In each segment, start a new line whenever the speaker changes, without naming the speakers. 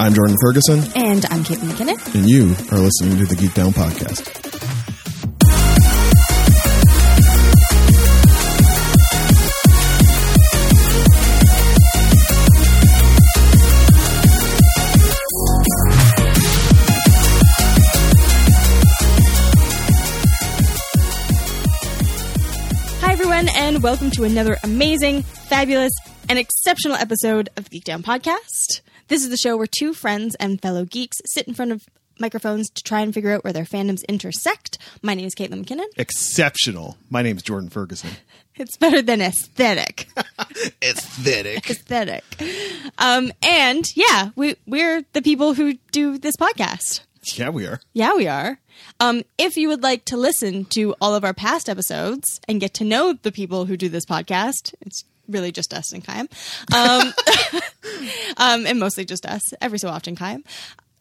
I'm Jordan Ferguson,
And I'm Kate McKinnon.
and you are listening to the Geek Down Podcast.
Hi, everyone, and welcome to another amazing, fabulous, and exceptional episode of Geek Down Podcast. This is the show where two friends and fellow geeks sit in front of microphones to try and figure out where their fandoms intersect. My name is Caitlin McKinnon.
exceptional. My name's Jordan Ferguson.
It's better than aesthetic.
Aesthetic.
aesthetic. Um, and yeah, we, we're the people who do this podcast.
yeah, we are.
Yeah, we are. Um, if you would like to listen to all of our past episodes and get to know the people who do this podcast, it's really just us and Chaim, um, um, and mostly just us. Every so often, Chaim.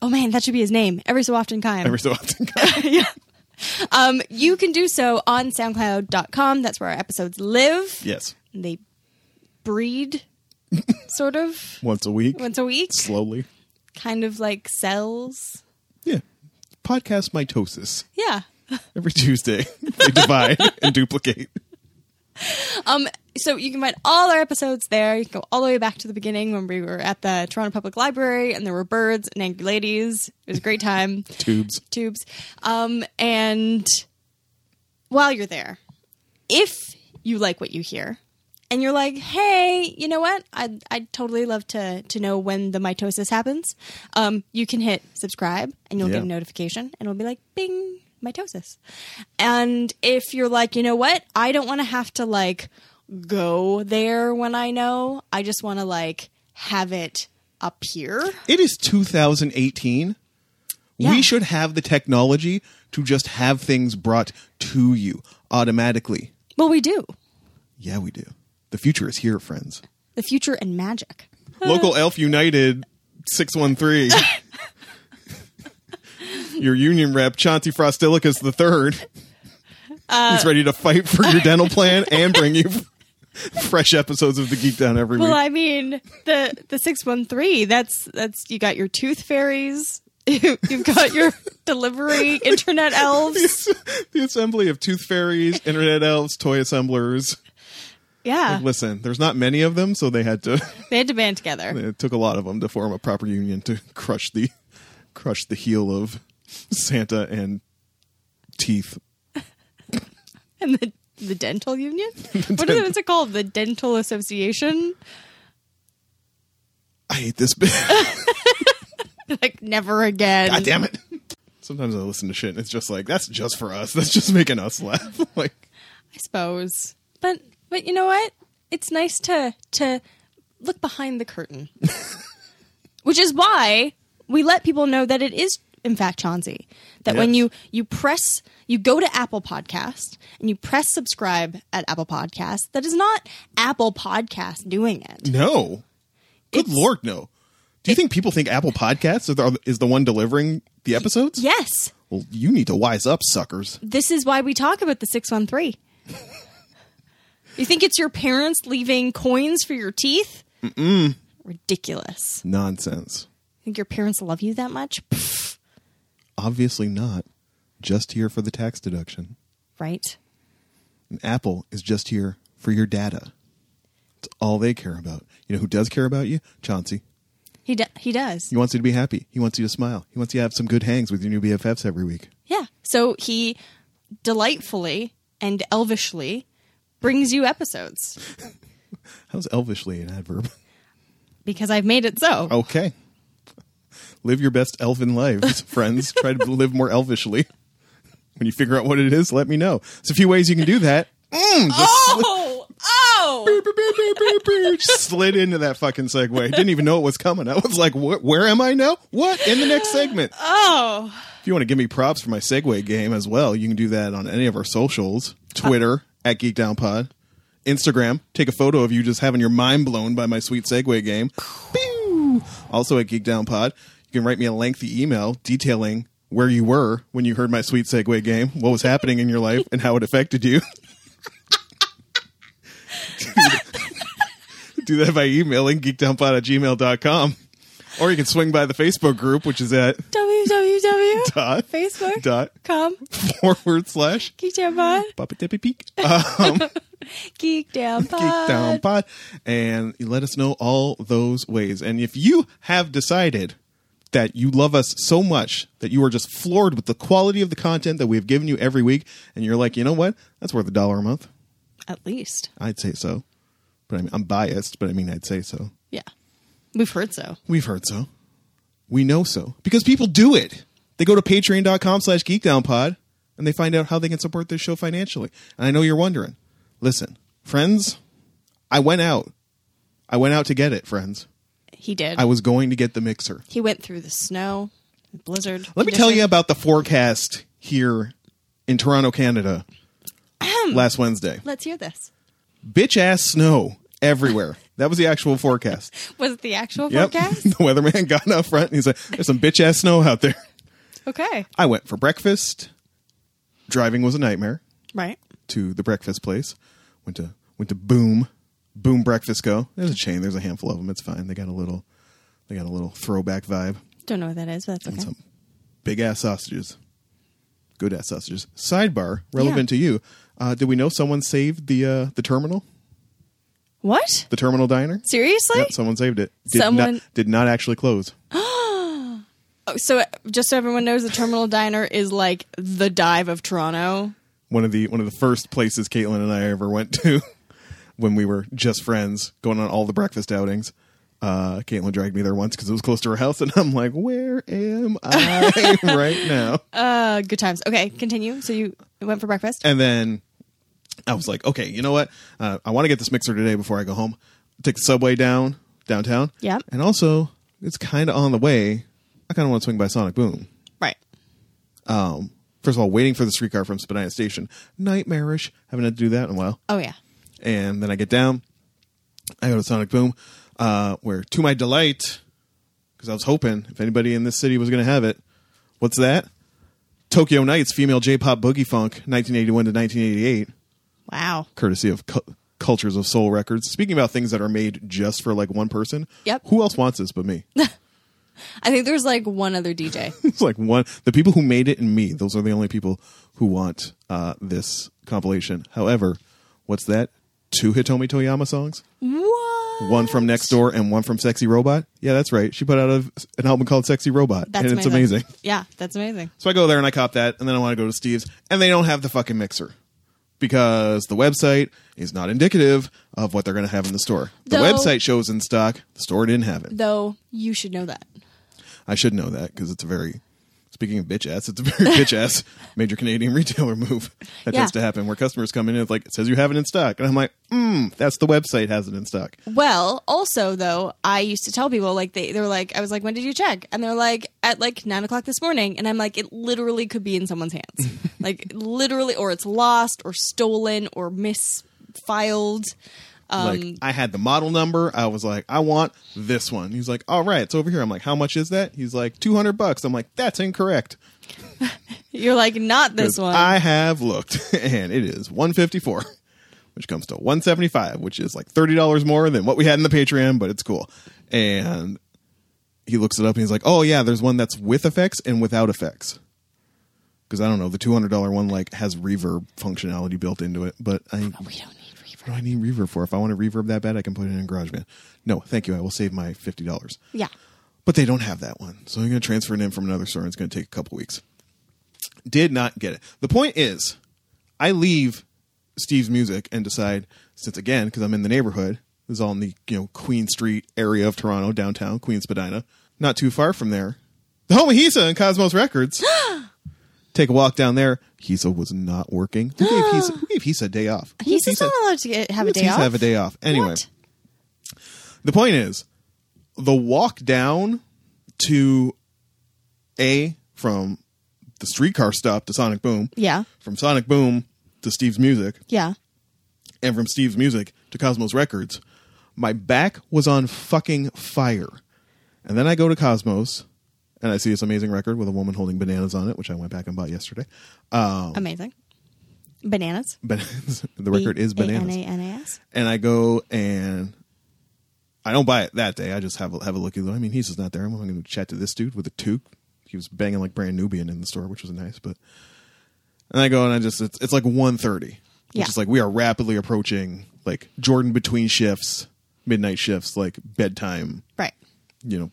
Oh man, that should be his name. Every so often, Chaim.
Every so often.
um, you can do so on SoundCloud.com. That's where our episodes live.
yes.
They breed, sort of,
Once a week.
once a week,
Slowly.
kind of like cells.
Yeah. Podcast mitosis.
Yeah.
Every Tuesday, they divide and duplicate.
Um, so you can find all our episodes there. You can go all the way back to the beginning when we were at the Toronto Public Library and there were birds and angry ladies. It was a great time.
Tubes.
Tubes. Um, and while you're there, if you like what you hear and you're like, hey, you know what? I'd, I'd totally love to, to know when the mitosis happens. Um, you can hit subscribe and you'll
Yeah.
get a notification and it'll be like, bing, mitosis. And if you're like, you know what? I don't want to have to like go there when I know. I just want to like have it appear.
It is 2018.
Yeah.
We should have the technology to just have things brought to you automatically.
Well, we do.
Yeah, we do. The future is here, friends.
The future and magic.
Local Elf United 613. your union rep, Chauncey Frostilicus the third. He's ready to fight for your dental plan and bring you fresh episodes of the Geek Down every
Well,
week.
I mean the the six one three. That's that's you got your tooth fairies. You, you've got your delivery internet elves.
the assembly of tooth fairies, internet elves, toy assemblers.
Yeah,
Listen, there's not many of them, so they had to.
they had to band together.
It took a lot of them to form a proper union to crush the, crush the heel of Santa and teeth.
And the the dental union. What is it, what's it called? The dental association.
I hate this bit.
Like never again.
God damn it. Sometimes I listen to shit and it's just like, that's just for us. That's just making us laugh. like,
I suppose. But but you know what? It's nice to to look behind the curtain. Which is why we let people know that it is in fact Chauncey. That when
Yes.
you you press you go to Apple Podcast and you press subscribe at Apple Podcast, that is not Apple Podcast doing it.
no. Good
It's-
lord, no. Do you think people think Apple Podcasts are the, is the one delivering the episodes?
Yes.
Well, you need to wise up, suckers.
This is why we talk about the 613. you think it's your parents leaving coins for your teeth? Mm-mm. Ridiculous.
Nonsense.
Think your parents love you that much? Pff,
Obviously not. Just here for the tax deduction.
right.
And Apple is just here for your data. It's all they care about. You know who does care about you? Chauncey.
He do- he does.
He wants you to be happy. He wants you to smile. He wants you to have some good hangs with your new BFFs every week.
Yeah. So he delightfully and elvishly brings you episodes
How's elvishly an adverb?
because I've made it so.
Okay. Live your best elfin lives, friends. Try to live more elvishly. When you figure out what it is, let me know. There's a few ways you can do that.
Oh, oh!
Just slid into that fucking segue. Didn't even know it was coming. I was like, "Wh- where am I now? What? In the next segment.
Oh.
If you want to give me props for my segue game as well, you can do that on any of our socials Twitter, at GeekDownPod, Instagram. Take a photo of you just having your mind blown by my sweet segue game. Pew! Also at GeekDownPod. You can write me a lengthy email detailing where you were when you heard my sweet segue game, what was happening in your life, and how it affected you. do that by emailing geekdownpod at gmail.com. Or you can swing by the Facebook group, which is at
www.
dot
Facebook.
dot
com
forward slash
geek down pod
Papa Tippy Peak
geek down pod
Geek Down Pod, and let us know all those ways. And if you have decided that you love us so much that you are just floored with the quality of the content that we have given you every week, and you're like, you know what, that's worth a dollar a month.
at least
I'd say so, but I mean, I'm biased, but I mean, I'd say so.
yeah we've heard so
We've heard so. We know so. Because people do it. They go to patreon.com slash geekdownpod and they find out how they can support this show financially. And I know you're wondering. Listen, friends, I went out. I went out to get it, friends.
he did
I was going to get the mixer.
he went through the snow the blizzard
Let me tell you about the forecast here in Toronto, Canada last Wednesday.
let's hear this
Bitch ass snow everywhere. That was the actual forecast.
was it the actual
Yep.
forecast
the weatherman got out front and he's like, there's some bitch ass snow out there.
okay
I went for breakfast. Driving was a nightmare
right
to the breakfast place. Went to went to Boom, Boom Breakfast Co. There's a chain. There's a handful of them. It's fine. They got a little, they got a little throwback vibe.
don't know what that is but that's okay
And some big ass sausages, good ass sausages. Sidebar relevant to you. Uh, did we know someone saved the uh, the terminal,
what
the terminal diner?
seriously
Yep, someone saved it. Did
Someone-
not, did not actually close.
Oh, so uh, just so everyone knows the terminal diner is like the dive of toronto
one of the one of the first places Caitlin and I ever went to when we were just friends, going on all the breakfast outings. Uh, Caitlin dragged me there once because it was close to her house, and I'm like, "Where am I right now?"
uh good times okay continue so you went for breakfast
And then I was like, "Okay, you know what? Uh, I want to get this mixer today before I go home. Take the subway down downtown.
Yep.
and also it's kind of on the way. I kind of want to swing by Sonic Boom.
right
Um, first of all, waiting for the streetcar from Spadina Station, nightmarish. Haven't had to do that in a while.
oh yeah
and then I get down. I go to Sonic Boom, uh, where to my delight, because I was hoping if anybody in this city was going to have it, what's that? Tokyo Nights, female J-pop boogie funk, 1981 to 1988,
wow
courtesy of Cu- Cultures of Soul Records. Speaking about things that are made just for like one person.
Yep.
Who else wants this but me?
i think there's like one other dj
it's like one the people who made it and me. Those are the only people who want uh, this compilation. However, what's that? Two Hitomi Toyama songs.
what
one from next door and one from sexy robot yeah that's right she put out a, an album called sexy robot
That's
and it's amazing.
Yeah, that's amazing.
so i go there and i cop that and then i want to go to steve's and they don't have the fucking mixer because the website is not indicative of what they're going to have in the store the
Though-
website shows in stock the store didn't have it
Though you should know that.
i should know that because it's a very speaking of bitch ass it's a very bitch ass major canadian retailer move that
Yeah.
tends to happen where customers come in and it's like it says you have it in stock and i'm like mm, that's the website has it in stock
Well, also though, I used to tell people like they they were like I was like, when did you check? And they're like at like nine o'clock this morning, and I'm like, it literally could be in someone's hands, like literally, or it's lost, or stolen, or misfiled. Um,
like I had the model number. I was like, I want this one. He's like, all right, it's over here. I'm like, how much is that? He's like, two hundred bucks. I'm like, that's incorrect.
you're like not
'Cause
this one.
I have looked, and it is one fifty four, which comes to one seventy five, which is like thirty dollars more than what we had in the Patreon, but it's cool. And he looks it up and he's like, oh yeah, there's one that's with effects and without effects. Because I don't know, the two hundred dollar one like has reverb functionality built into it, but I
we don't need
what
reverb.
do I need reverb for? If I want to reverb that bad, I can put it in GarageBand. No, thank you. I will save my fifty dollars.
Yeah,
But they don't have that one, so I'm going to transfer it in from another store. and It's going to take a couple weeks. Did not get it. The point is, I leave Steve's music and decide since again because I'm in the neighborhood. This is all in the you know Queen Street area of Toronto, downtown Queen Spadina, not too far from there. The home of Hisa and Cosmos Records. Take a walk down there. Hisa was not working. Who gave Hisa, who gave Hisa a day off? Who
he's
gave
just not allowed to get, have a
Let's
day
just
off.
Have a day off. Anyway,
What?
the point is, the walk down to a from the streetcar stop to Sonic Boom,
Yeah,
from Sonic Boom to Steve's Music,
yeah.
and from Steve's Music to Cosmos Records, my back was on fucking fire. And then I go to Cosmos, and I see this amazing record with a woman holding bananas on it, which I went back and bought yesterday. Um,
Amazing. Bananas.
but the record is bananas.
B A N A N A S.
and I go and I don't buy it that day. I just have a, have a looky though. I mean, he's just not there. I'm going to chat to this dude with a toque. He was banging like brand Nubian in the store, which was nice. But and I go and I just it's, it's like 1.30, which
Yeah.
is like we are rapidly approaching like Jordan between shifts, midnight shifts, like bedtime.
Right.
You know,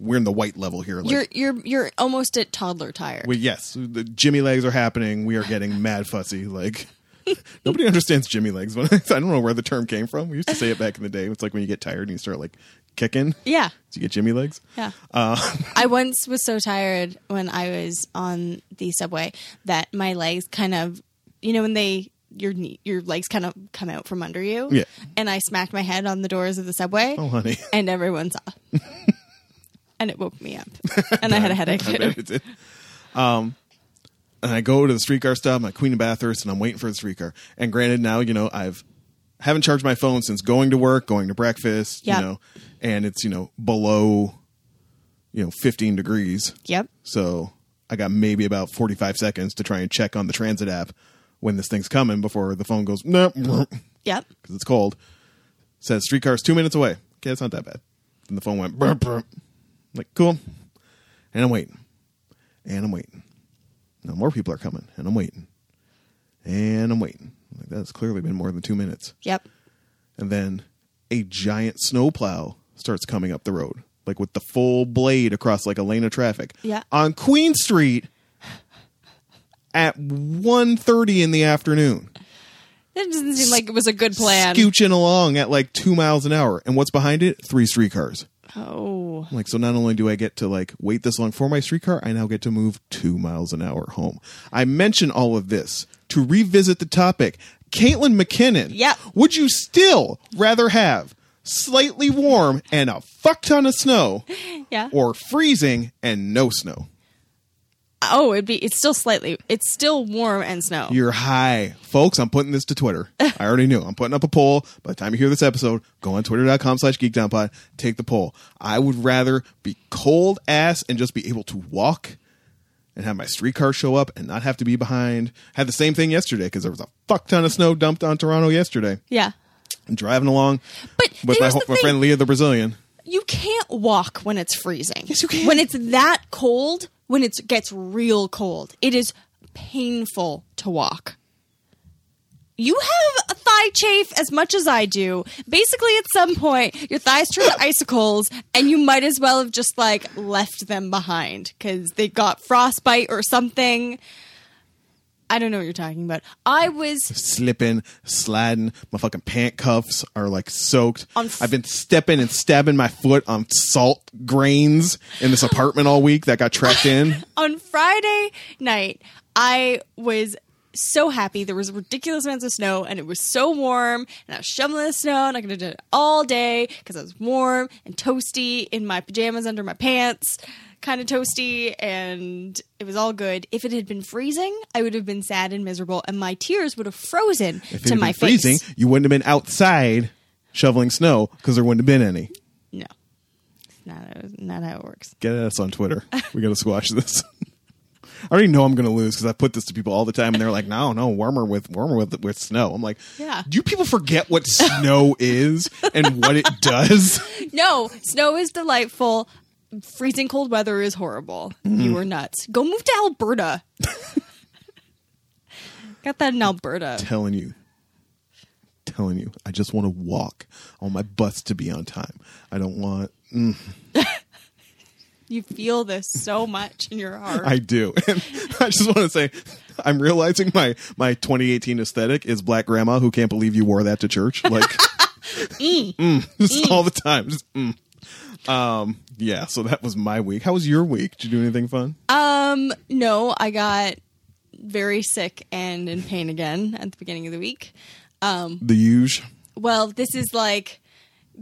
we're in the white level here. Like,
You're you're you're almost at toddler tired.
we, yes, the Jimmy legs are happening. We are getting mad fussy. Like nobody understands Jimmy legs, but I don't know where the term came from. We used to say it back in the day. It's like when you get tired and you start like kicking.
yeah.
So you get Jimmy legs. Uh,
Yeah. I once was so tired when I was on the subway that my legs kind of, you know, when they your knee, your legs kind of come out from under you.
Yeah.
And I smacked my head on the doors of the subway,
Oh, honey.
and everyone saw. and it woke me up, and I had a headache.
I bet it did. Um, and I go to the streetcar stop, I'm at Queen of Bathurst, and I'm waiting for the streetcar. And granted, now you know I've haven't charged my phone since going to work, going to breakfast,
Yep.
you know, and it's you know below, you know, 15 degrees.
Yep.
So I got maybe about 45 seconds to try and check on the transit app when this thing's coming before the phone goes no because
Yep.
it's cold. Says streetcar's two minutes away. Okay, it's not that bad. And the phone went "Brr, brr." like cool, and I'm waiting, and I'm waiting. Now more people are coming, and I'm waiting, and I'm waiting. Like that's clearly been more than two minutes.
Yep.
And then a giant snowplow starts coming up the road, like with the full blade across like a lane of traffic.
Yeah.
On Queen Street at 1.30 in the afternoon.
That doesn't seem like it was a good plan.
Scooching along at like two miles an hour. And what's behind it? Three streetcars.
Oh.
I'm like, so not only do I get to like wait this long for my streetcar, I now get to move two miles an hour home. I mention all of this to revisit the topic. Caitlin McKinnon.
Yep.
Would you still rather have slightly warm and a fuck ton of snow
Yeah.
or freezing and no snow?
oh, it'd be. It's still slightly. It's still warm and snow.
You're high. Folks, I'm putting this to Twitter. I already knew. I'm putting up a poll. By the time you hear this episode, go on twitter.com slash geekdownpod. Take the poll. I would rather be cold ass and just be able to walk and have my streetcar show up and not have to be behind. Had the same thing yesterday because there was a fuck ton of snow dumped on Toronto yesterday.
yeah.
I'm driving along
But
with my,
here's
ho-
the
my
thing.
friend Leah the Brazilian.
you can't walk when it's freezing. Yes, you can. When it's that cold, when it gets real cold, it is painful to walk. You have a thigh chafe as much as I do. Basically, at some point, your thighs turn to icicles, and you might as well have just like left them behind because they got frostbite or something. I don't know what you're talking about. I was
slipping, sliding. My fucking pant cuffs are like soaked.
On f-
I've been stepping and stabbing my foot on salt grains in this apartment all week that got tracked in.
on Friday night, I was so happy. There was ridiculous amounts of snow, and it was so warm. And I was shoveling the snow, and I could have done it all day because I was warm and toasty in my pajamas under my pants, kind of toasty, and it was all good. If it had been freezing, I would have been sad and miserable, and my tears would have frozen
If it
to
had
my
been freezing,
face.
you wouldn't have been outside shoveling snow because there wouldn't have been any.
No, it's not not how it works.
Get at us on Twitter. We gotta squash this. I already know I'm gonna lose because I put this to people all the time, and they're like, "No, no, warmer with warmer with with snow." I'm like,
Yeah.
Do you people forget what snow is and what it does?
No, snow is delightful. Freezing cold weather is horrible. You are nuts. Go move to Alberta. Got that in Alberta.
telling you telling you i just want to walk i want my bus to be on time i don't want
You feel this so much in your heart.
i do and i just want to say i'm realizing my my 2018 aesthetic is black grandma who can't believe you wore that to church like Mm, just all the time just, mm. um yeah so that was my week how was your week did you do anything fun
um, no, I got very sick and in pain again at the beginning of the week. Um,
the huge
Well, this is like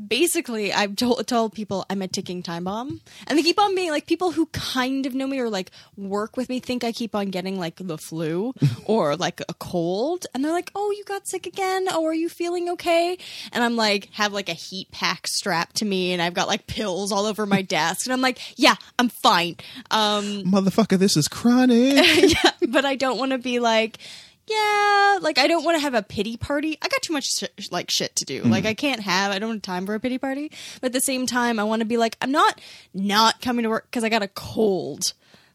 basically I've told, told people I'm a ticking time bomb, and they keep on being like people who kind of know me or like work with me think I keep on getting like the flu or like a cold, and they're like, "Oh, you got sick again? Oh, are you feeling okay?" And I'm like, have like a heat pack strapped to me, and I've got like pills all over my desk, and I'm like, "Yeah, I'm fine." Um,
Mm. motherfucker this is chronic
but I don't want to be like, yeah, like I don't want to have a pity party. I got too much sh- like shit to do. Like I can't have. I don't have time for a pity party. But at the same time, I want to be like I'm not not coming to work because I got a cold.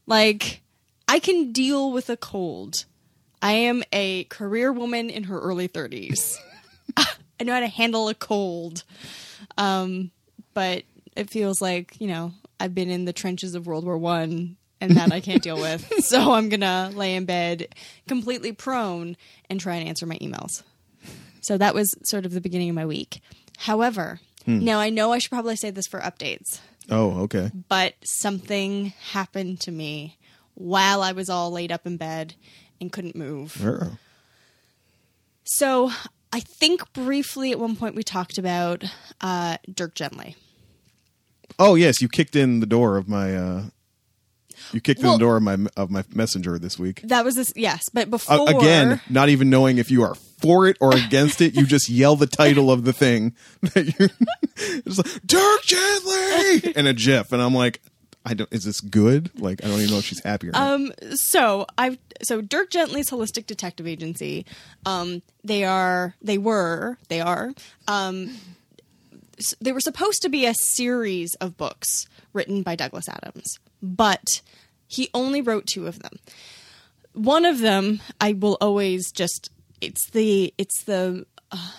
Like I can deal with a cold. I am a career woman in her early 30s. I know how to handle a cold. Um, but it feels like, you know, I've been in the trenches of World War One and that I can't deal with. So I'm gonna lay in bed completely prone and try and answer my emails. So that was sort of the beginning of my week. However,
Hmm.
now I know I should probably say this for updates
Oh, okay.
but something happened to me while I was all laid up in bed and couldn't move.
Oh.
So I think briefly at one point we talked about uh, Dirk Gently.
Oh yes, you kicked in the door of my. uh You kicked
Well-
in the door of my of my messenger this week.
That was this, yes, but before.
Uh, again, not even knowing if you are for it or against it, you just yell the title of the thing that you it's like Dirk Gently and a GIF, and I'm like, I don't. Is this good? Like, I don't even know if she's happy or not.
Um, so I've so Dirk Gently's Holistic Detective Agency. Um, they are they were they are um, s- they were supposed to be a series of books written by Douglas Adams, but he only wrote two of them. One of them I will always just it's the it's the uh,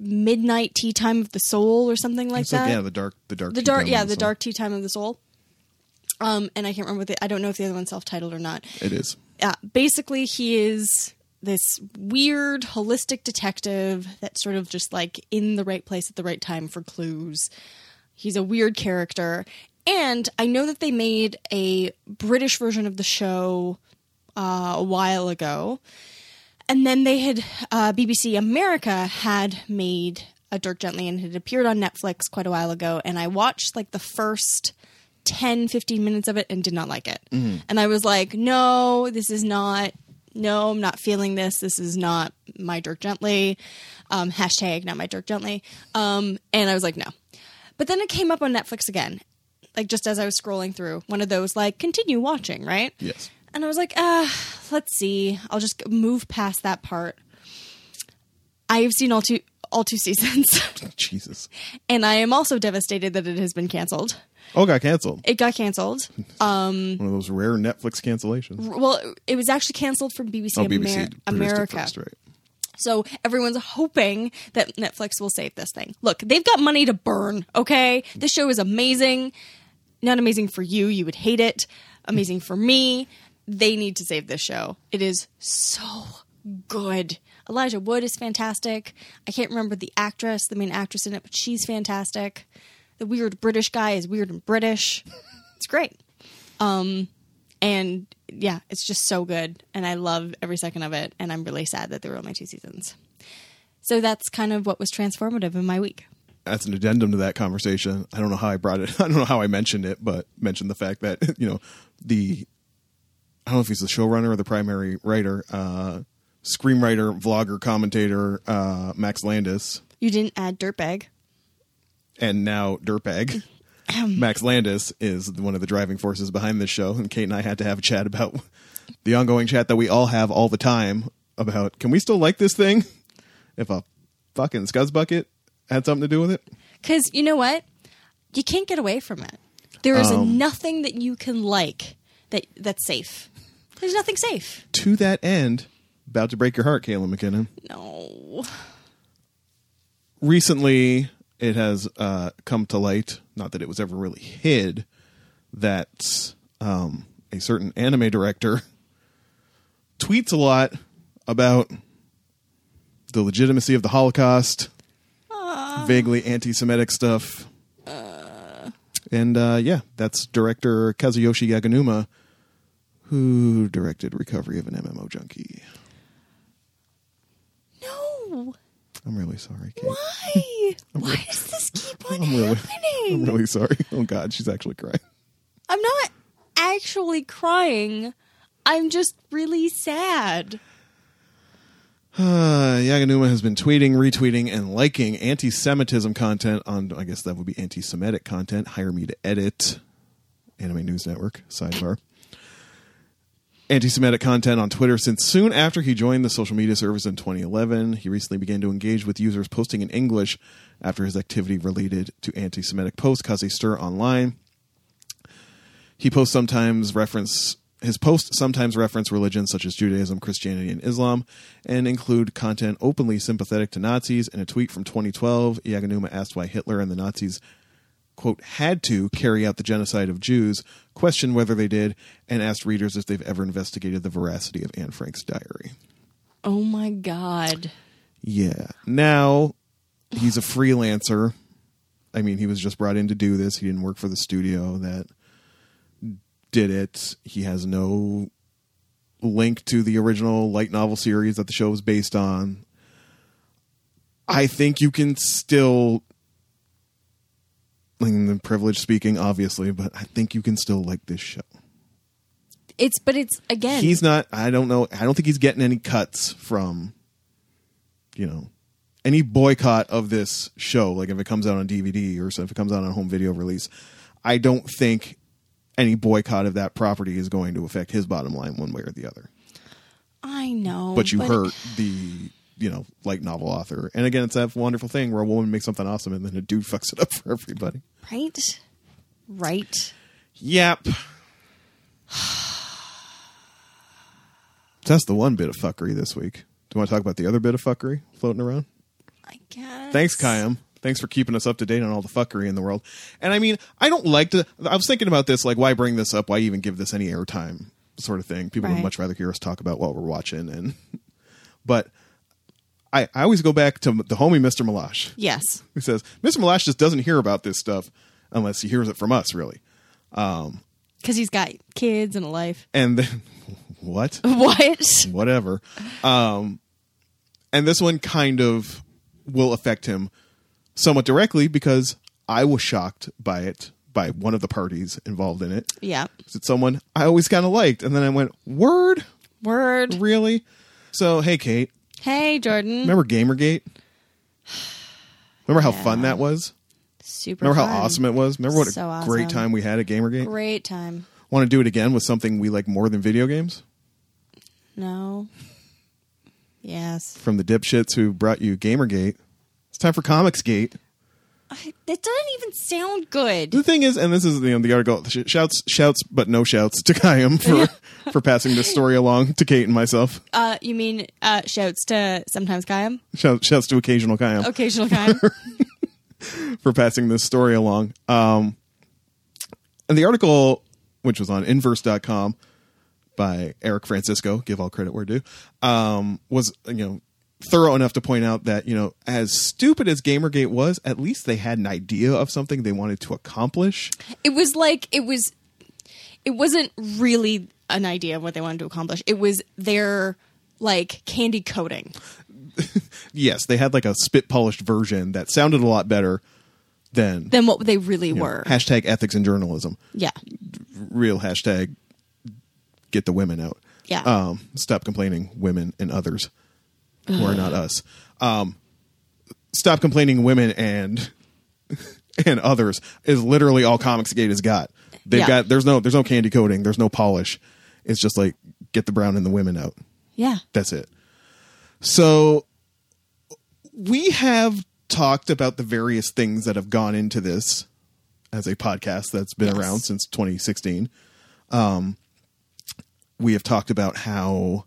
midnight tea time of the soul or something like
It's
that
like, yeah, the dark, the dark,
the
Tea
dark
Time
yeah
and
the
so-
dark tea time of the soul um and i can't remember the i don't know if the other one's self-titled or not
It is.
uh, basically he is this weird holistic detective that's sort of just like in the right place at the right time for clues he's a weird character and i know that they made a british version of the show uh, a while ago and then they had uh, BBC America had made a Dirk Gently and it had appeared on Netflix quite a while ago and I watched like the first 10 15 minutes of it and did not like it. And I was like, "No, this is not no, I'm not feeling this. This is not my Dirk Gently. Um, hashtag not my Dirk Gently. Um, and I was like, no. But then it came up on Netflix again, like just as I was scrolling through, one of those like continue watching, right?
Yes.
And I was like, ah, let's see. I'll just g- move past that part. I've seen all two all two seasons,
Jesus.
and I am also devastated that it has been canceled.
Oh, got canceled.
It got canceled. Um,
One of those rare Netflix cancellations.
well, it was actually canceled from BBC,
Oh,
Amer-
BBC produced it
America.
first, right?
So everyone's hoping that Netflix will save this thing. Look, they've got money to burn, okay? This show is amazing. Not amazing for you, you would hate it. Amazing for me. They need to save this show. It is so good. Elijah Wood is fantastic. I can't remember the actress, the main actress in it, but she's fantastic. The weird British guy is weird and British. It's great and yeah, it's just so good, and I love every second of it. And I'm really sad that there were only two seasons. So that's kind of what was transformative in my week.
That's an addendum to that conversation. I don't know how I brought it. I don't know how I mentioned it, but mentioned the fact that you know the I don't know if he's the showrunner or the primary writer, uh, screenwriter, vlogger, commentator, uh, Max Landis,
You didn't add dirtbag.
and now dirtbag. Max Landis is one of the driving forces behind this show, and Kate and I had to have a chat about the ongoing chat that we all have all the time about can we still like this thing if a fucking scuzz bucket had something to do with it?
Because you know what? You can't get away from it. There is
Um.
nothing that you can like that that's safe. There's nothing safe.
To that end, about to break your heart, Caitlin McKinnon.
No.
recently it has uh, come to light not that it was ever really hid that um, a certain anime director tweets a lot about the legitimacy of the holocaust vaguely anti-semitic stuff and uh, yeah that's director kazuyoshi yaganuma who directed recovery of an mmo junkie
No.
i'm really sorry Kate.
Why? Why does this keep on
I'm really-
happening?
i'm really sorry oh god she's actually crying
I'm not actually crying. I'm just really sad.
Uh, Yaganuma has been tweeting, retweeting, and liking anti-Semitism content on, I guess that would be anti-Semitic content. Hire me to edit. Anime News Network sidebar. anti Semitic content on Twitter since soon after he joined the social media service in 2011. He recently began to engage with users posting in English after his activity related to anti Semitic posts caused a stir online. He posts sometimes reference his posts sometimes reference religions such as Judaism, Christianity, and Islam, and include content openly sympathetic to Nazis. In a tweet from 2012, Yaganuma asked why Hitler and the Nazis quote had to carry out the genocide of Jews, questioned whether they did, and asked readers if they've ever investigated the veracity of Anne Frank's diary.
Oh my god.
Yeah. Now he's a freelancer. I mean, he was just brought in to do this. He didn't work for the studio that did it. He has no link to the original light novel series that the show was based on. I think you can still like the privilege speaking obviously, but I think you can still like this show.
It's but it's again
He's not I don't know. I don't think he's getting any cuts from you know any boycott of this show like if it comes out on DVD or so if it comes out on home video release. I don't think any boycott of that property is going to affect his bottom line one way or the other.
I know.
But you hurt the you know, light novel author. And again, it's that wonderful thing where a woman makes something awesome and then a dude fucks it up for everybody.
Right? Right.
Yep. That's the one bit of fuckery this week. Do you want to talk about the other bit of fuckery floating around?
I guess.
Thanks, Kayam. Thanks for keeping us up to date on all the fuckery in the world. And I mean, I don't like to. I was thinking about this, like, why bring this up? Why even give this any airtime? Sort of thing. People would
Right.
much rather hear us talk about what we're watching. And but I, I always go back to the homie Mr. Malash
Yes.
who says Mr. Malash just doesn't hear about this stuff unless he hears it from us, really.
Because he's got kids and a life.
And then what?
What?
whatever. Um, and this one kind of will affect him somewhat directly because I was shocked by it by one of the parties involved in it.
Yeah.
It's someone I always kind of liked, and then I went, "Word,
Word.
really?" So, hey, Kate,
Hey, Jordan.
remember Gamergate? Remember how fun that was?
Super.
Remember how
fun.
awesome it was? Remember what a
So awesome.
great time we had at Gamergate?
Great time.
Want to do it again with something we like more than video games?
No. Yes.
From the dipshits who brought you Gamergate. It's time for Comicsgate.
I, that doesn't even sound good.
The thing is, and this is the, the article sh- shouts, shouts, but no shouts to Kayam for for passing this story along to Kate and myself.
Uh, you mean uh, shouts to sometimes Kayam,
Shout, shouts to occasional Kayam
occasional Kayam.
for passing this story along. Um, and the article, which was on inverse.com by Eric Francisco, give all credit where due, um, was you know thorough enough to point out that you know as stupid as Gamergate was, at least they had an idea of something they wanted to accomplish.
it was like it was. It wasn't really an idea of what they wanted to accomplish. It was their like candy coating.
yes, they had like a spit polished version that sounded a lot better than
than what they really were.
hashtag ethics and journalism.
yeah.
Real hashtag get the women out.
Yeah.
Um, stop complaining, women and others who are not us. Um, stop complaining, women and and others is literally all Comicsgate has got. They've
Yeah.
got there's no there's no candy coating, there's no polish. It's just like get the brown and the women out.
Yeah.
That's it. So we have talked about the various things that have gone into this as a podcast that's been
Yes.
around since 2016. Um, we have talked about how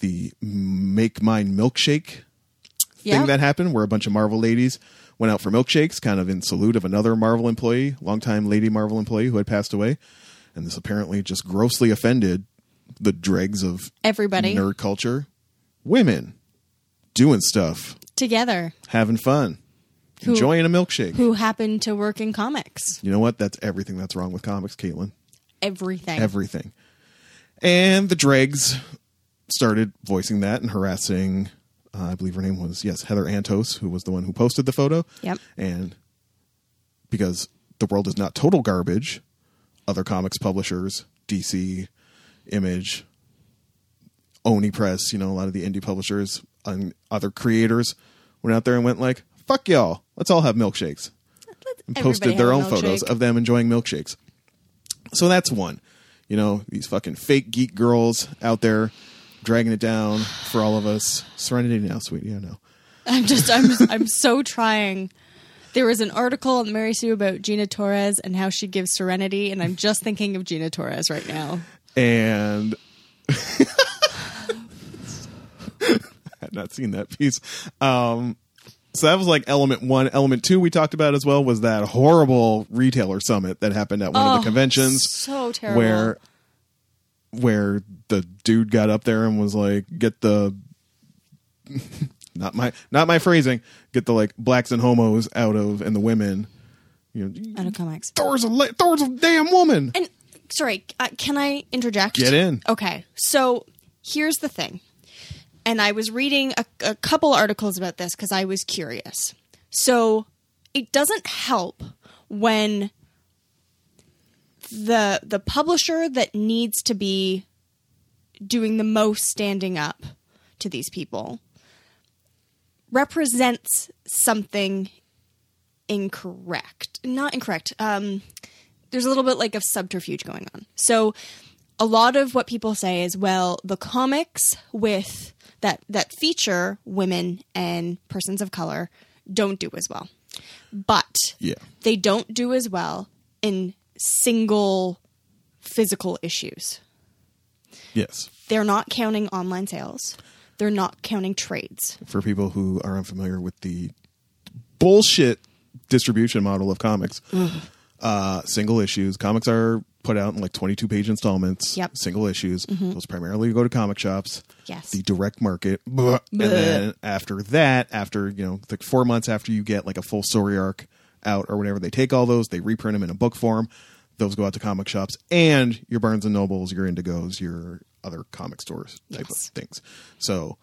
the Make Mine Milkshake
Yeah.
thing that happened where a bunch of Marvel ladies went out for milkshakes, kind of in salute of another Marvel employee, longtime lady Marvel employee who had passed away. And this apparently just grossly offended the dregs of
Everybody
nerd culture, women doing stuff,
together
having fun,
Who-
enjoying a milkshake.
who happened to work in comics.
you know what? That's everything that's wrong with comics, Caitlin.
Everything.
Everything. And the dregs started voicing that and harassing. Uh, I believe her name was yes Heather Antos, who was the one who posted the photo.
Yep.
And because the world is not total garbage, other comics publishers, DC, Image, Oni Press, you know, a lot of the indie publishers and other creators went out there and went like, "Fuck y'all, let's all have milkshakes."
Let's-
and
everybody
posted
had
their
a
own
milkshake.
photos of them enjoying milkshakes. So that's one. you know, these fucking fake geek girls out there dragging it down for all of us. Serenity now, sweetie. I know.
I'm just I'm I'm so trying. There was an article on Mary Sue about Gina Torres and how she gives serenity, and I'm just thinking of Gina Torres right now.
and I had not seen that piece. Um, so that was like element one. Element two we talked about as well was that horrible retailer summit that happened at one of
Oh,
the conventions.
so terrible.
Where where the dude got up there and was like, "Get the not my not my phrasing. Get the like blacks and homos out of and the women. You know,
Out of comics.
Thor's a la- Thor's a damn woman.
And sorry, uh, can I interject?
Get in.
Okay. So here's the thing. And I was reading a, a couple articles about this because I was curious. So it doesn't help when the the publisher that needs to be doing the most standing up to these people represents something incorrect. Not incorrect. Um, there's a little bit like of subterfuge going on. So a lot of what people say is, well, the comics with that that feature women and persons of color don't do as well. But
Yeah.
they don't do as well in single physical issues.
Yes.
They're not counting online sales. They're not counting trades.
for people who are unfamiliar with the bullshit distribution model of comics. Uh, single issues. Comics are put out in like 22 page installments.
Yep. Mm-hmm.
Single issues. Those primarily go to comic shops.
Yes.
The direct market. Blah. And then after that, after, you know, like four months after you get like a full story arc out or whatever, they take all those, they reprint them in a book form. Those go out to comic shops and your Barnes and Nobles, your Indigos, your other comic stores type
Yes.
of things. So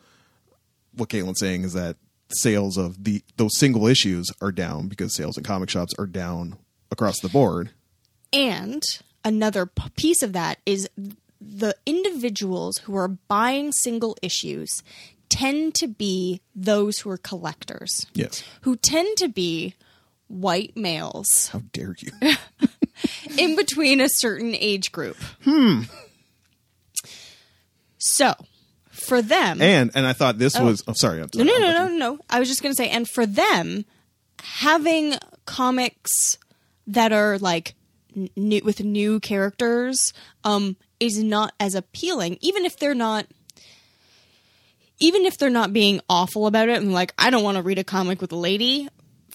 what Caitlin's saying is that sales of the those single issues are down because sales in comic shops are down across the board.
And another p- piece of that is the individuals who are buying single issues tend to be those who are collectors,
Yes.
who tend to be white males
How dare you?
in between a certain age group. Hmm. So, for them,
and and I thought this was oh, sorry. I'm
No, no, no, no, no, no. I was just going to say, and for them, having comics that are like n- new with new characters um, is not as appealing, even if they're not. Even if they're not being awful about it and like, I don't want to read a comic with a lady,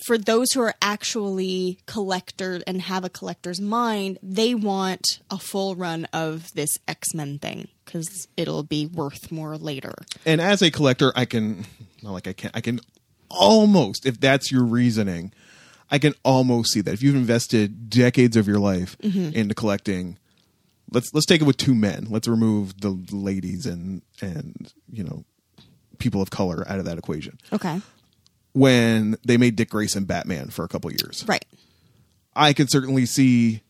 for those who are actually collector and have a collector's mind, they want a full run of this X Men thing because it'll be worth more later.
and as a collector, I can not like I can I can almost if that's your reasoning, I can almost see that if you've invested decades of your life into collecting. Let's let's take it with two men. Let's remove the ladies and and you know people of color out of that equation.
Okay.
when they made Dick Grayson Batman for a couple years.
Right.
I can certainly see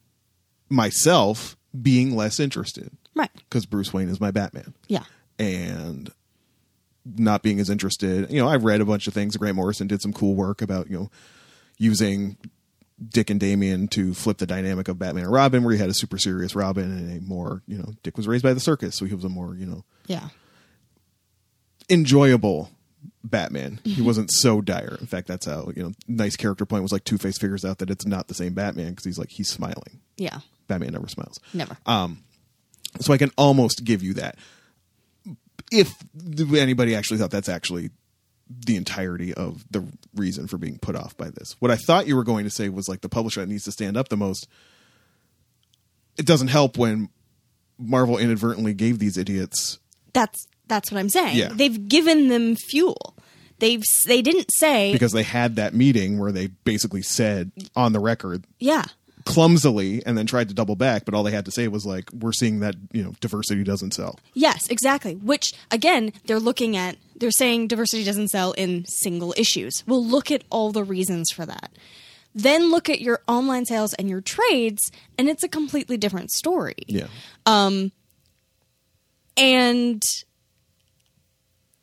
myself being less interested
Right.
because Bruce Wayne is my Batman.
Yeah.
And not being as interested. You know, I've read a bunch of things. Grant Morrison did some cool work about, you know, using Dick and Damien to flip the dynamic of Batman and Robin, where you had a super serious Robin and a more, you know, Dick was raised by the circus, so he was a more, you know,
Yeah.
enjoyable Batman. He wasn't so dire. In fact, that's how you know nice character point was like Two Face figures out that it's not the same Batman because he's like he's smiling.
Yeah.
Batman never smiles.
Never.
Um, So I can almost give you that. If anybody actually thought that's actually the entirety of the reason for being put off by this, what I thought you were going to say was like the publisher that needs to stand up the most. It doesn't help when Marvel inadvertently gave these idiots
that's that's what I'm saying.
Yeah.
They've given them fuel. They've s- they didn't say
because they had that meeting where they basically said on the record
yeah.
clumsily and then tried to double back but all they had to say was like we're seeing that you know diversity doesn't sell
Yes, exactly. Which again, they're looking at they're saying diversity doesn't sell in single issues. Well, look at all the reasons for that. Then look at your online sales and your trades and it's a completely different story.
yeah
And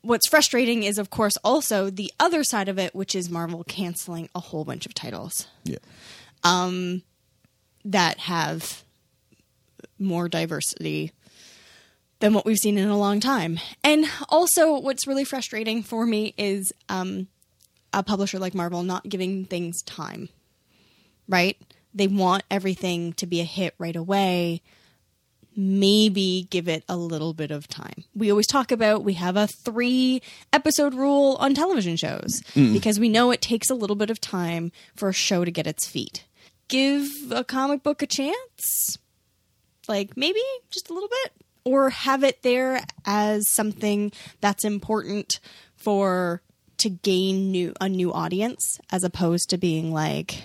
what's frustrating is of course also the other side of it, which is Marvel canceling a whole bunch of titles.
yeah
that have more diversity than what we've seen in a long time. And also, what's really frustrating for me is um, a publisher like Marvel not giving things time, right? They want everything to be a hit right away. Maybe give it a little bit of time. We always talk about we have a three episode rule on television shows because we know it takes a little bit of time for a show to get its feet. Give a comic book a chance like maybe just a little bit or have it there as something that's important for to gain new a new audience as opposed to being like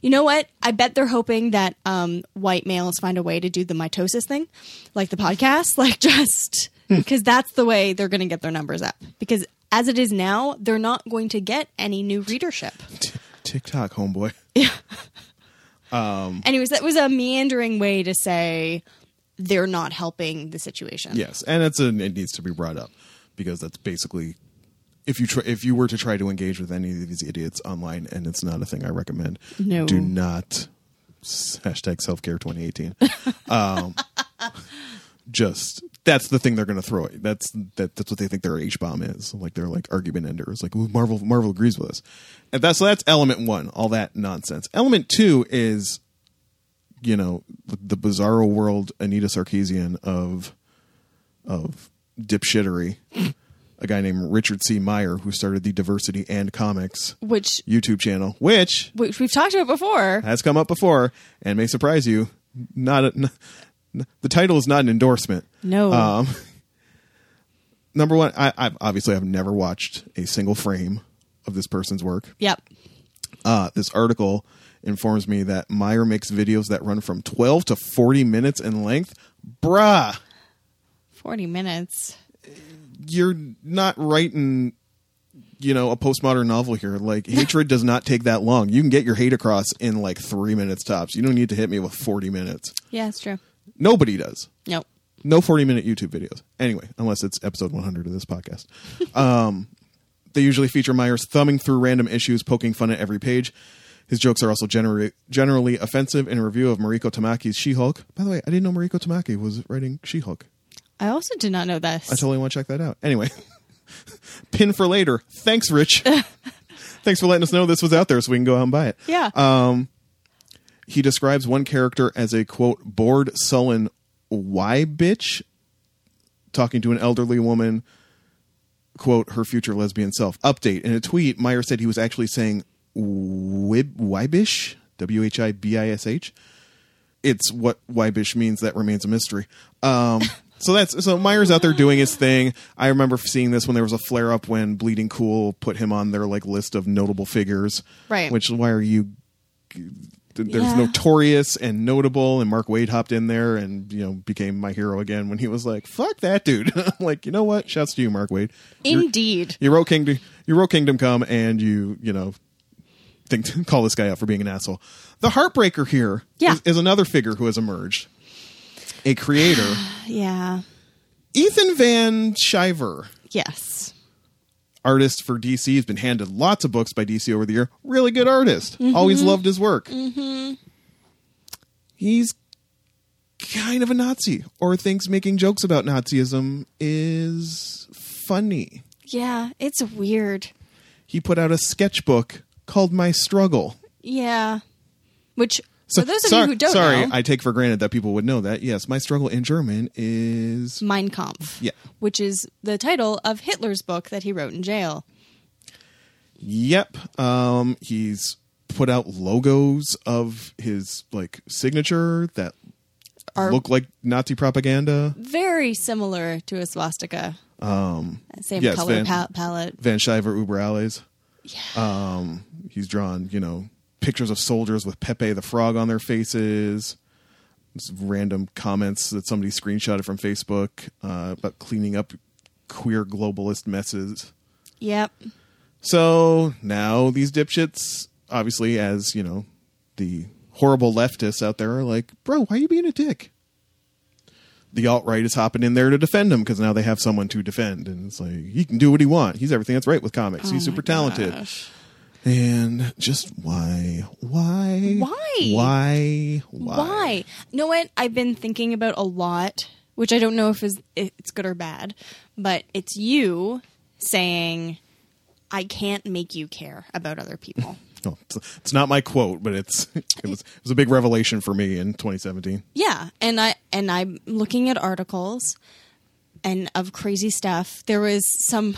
you know what i bet they're hoping that um, white males find a way to do the mitosis thing like the podcast like just because that's the way they're going to get their numbers up because as it is now they're not going to get any new readership
TikTok, homeboy.
anyways that was a meandering way to say they're not helping the situation
Yes, and it's an, it needs to be brought up because that's basically if you try, if you were to try to engage with any of these idiots online, and it's not a thing I recommend.
No.
do not s- hashtag self care twenty eighteen. um, just that's the thing they're going to throw. At. That's that, that's what they think their H bomb is. Like they're like argument enders. Like "Ooh, Marvel Marvel agrees with us, and that's so that's element one. All that nonsense. Element two is you know the, the bizarro world Anita Sarkeesian of of dipshittery, a guy named Richard C. Meyer who started the Diversity and Comics
which
YouTube channel, which
which we've talked about before.
has come up before and may surprise you. Not a, n- n- the title is not an endorsement.
No.
Um, number one, I, I've obviously I've never watched a single frame of this person's work.
Yep.
Uh, this article informs me that Meyer makes videos that run from 12 to 40 minutes in length. Bruh,
40 minutes.
you're not writing, you know, a postmodern novel here. Like, hatred does not take that long. You can get your hate across in like three minutes tops. You don't need to hit me with 40 minutes.
Yeah, it's true.
Nobody does.
Nope.
No 40 minute YouTube videos. Anyway, unless it's episode 100 of this podcast. um, they usually feature Myers thumbing through random issues, poking fun at every page. His jokes are also generally, generally offensive in a review of Mariko Tamaki's She Hulk. By the way, I didn't know Mariko Tamaki was writing She Hulk.
I also did not know this.
I totally want to check that out. Anyway, pin for later. Thanks, Rich. Thanks for letting us know this was out there so we can go out and buy it.
yeah.
He describes one character as a quote, bored, sullen, why bitch? Talking to an elderly woman, quote, her future lesbian self. Update in a tweet, Meyer said he was actually saying wib, wibish, W H I B I S H. It's what wibish means that remains a mystery. Um, so that's so Meyer's out there doing his thing. I remember seeing this when there was a flare up when Bleeding Cool put him on their like list of notable figures.
Right.
Which why are you th- there's
Yeah.
notorious and notable and mark wade hopped in there and you know became my hero again when he was like fuck that dude i'm like you know what shouts to you mark wade You're-
Indeed.
you wrote kingdom you wrote kingdom come and you you know think call this guy out for being an asshole the heartbreaker here is
Yeah.
is another figure who has emerged a creator
yeah.
ethan van shiver
Yes.
artist for DC. He's been handed lots of books by DC over the year. Really good artist.
Mm-hmm.
Always loved his work. He's kind of a Nazi or thinks making jokes about Nazism is funny.
Yeah. It's weird.
He put out a sketchbook called My Struggle.
Yeah. Which, for those of
sorry,
you who don't
sorry,
know,
I take for granted that people would know that. Yes, My Struggle in German is
Mein Kampf.
Yeah.
Which is the title of Hitler's book that he wrote in jail.
Yep. Um, he's put out logos of his like signature that
Are-
look like Nazi propaganda.
Very similar to a swastika. Um, Same
yes,
color
Van-
pa- palette.
Van Shiver Uber Alleys. Um, he's drawn, you know, pictures of soldiers with Pepe the Frog on their faces. Just random comments that somebody screenshotted from Facebook uh, about cleaning up queer globalist messes.
Yep.
So now these dipshits, obviously, as you know, the horrible leftists out there are like, bro, why are you being a dick? The alt right is hopping in there to defend him because now they have someone to defend, and it's like he can do what he wants. He's everything that's right with comics. He's super talented. And just why? Why?
Why?
Why? Why?
Why? You know what? I've been thinking about a lot, which I don't know if is it's good or bad, but it's you saying, "I can't make you care about other people."
Oh, it's, it's not my quote, but it's it was it was a big revelation for me in 2017.
yeah, and I and I'm looking at articles and of crazy stuff. There was some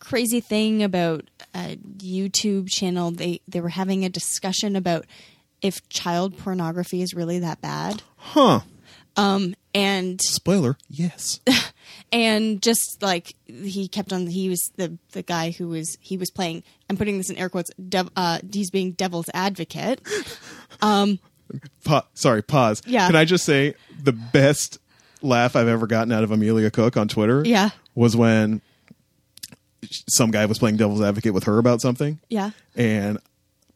crazy thing about a YouTube channel. They they were having a discussion about if child pornography is really that bad.
Huh.
And
Spoiler. Yes.
and just like he kept on he was the the guy who was he was playing i'm putting this in air quotes dev, uh he's being devil's advocate
Pa- sorry, pause.
Yeah.
Can I just say the best laugh I've ever gotten out of Amelia Cook on Twitter?
Yeah.
Was when some guy was playing devil's advocate with her about something.
yeah
And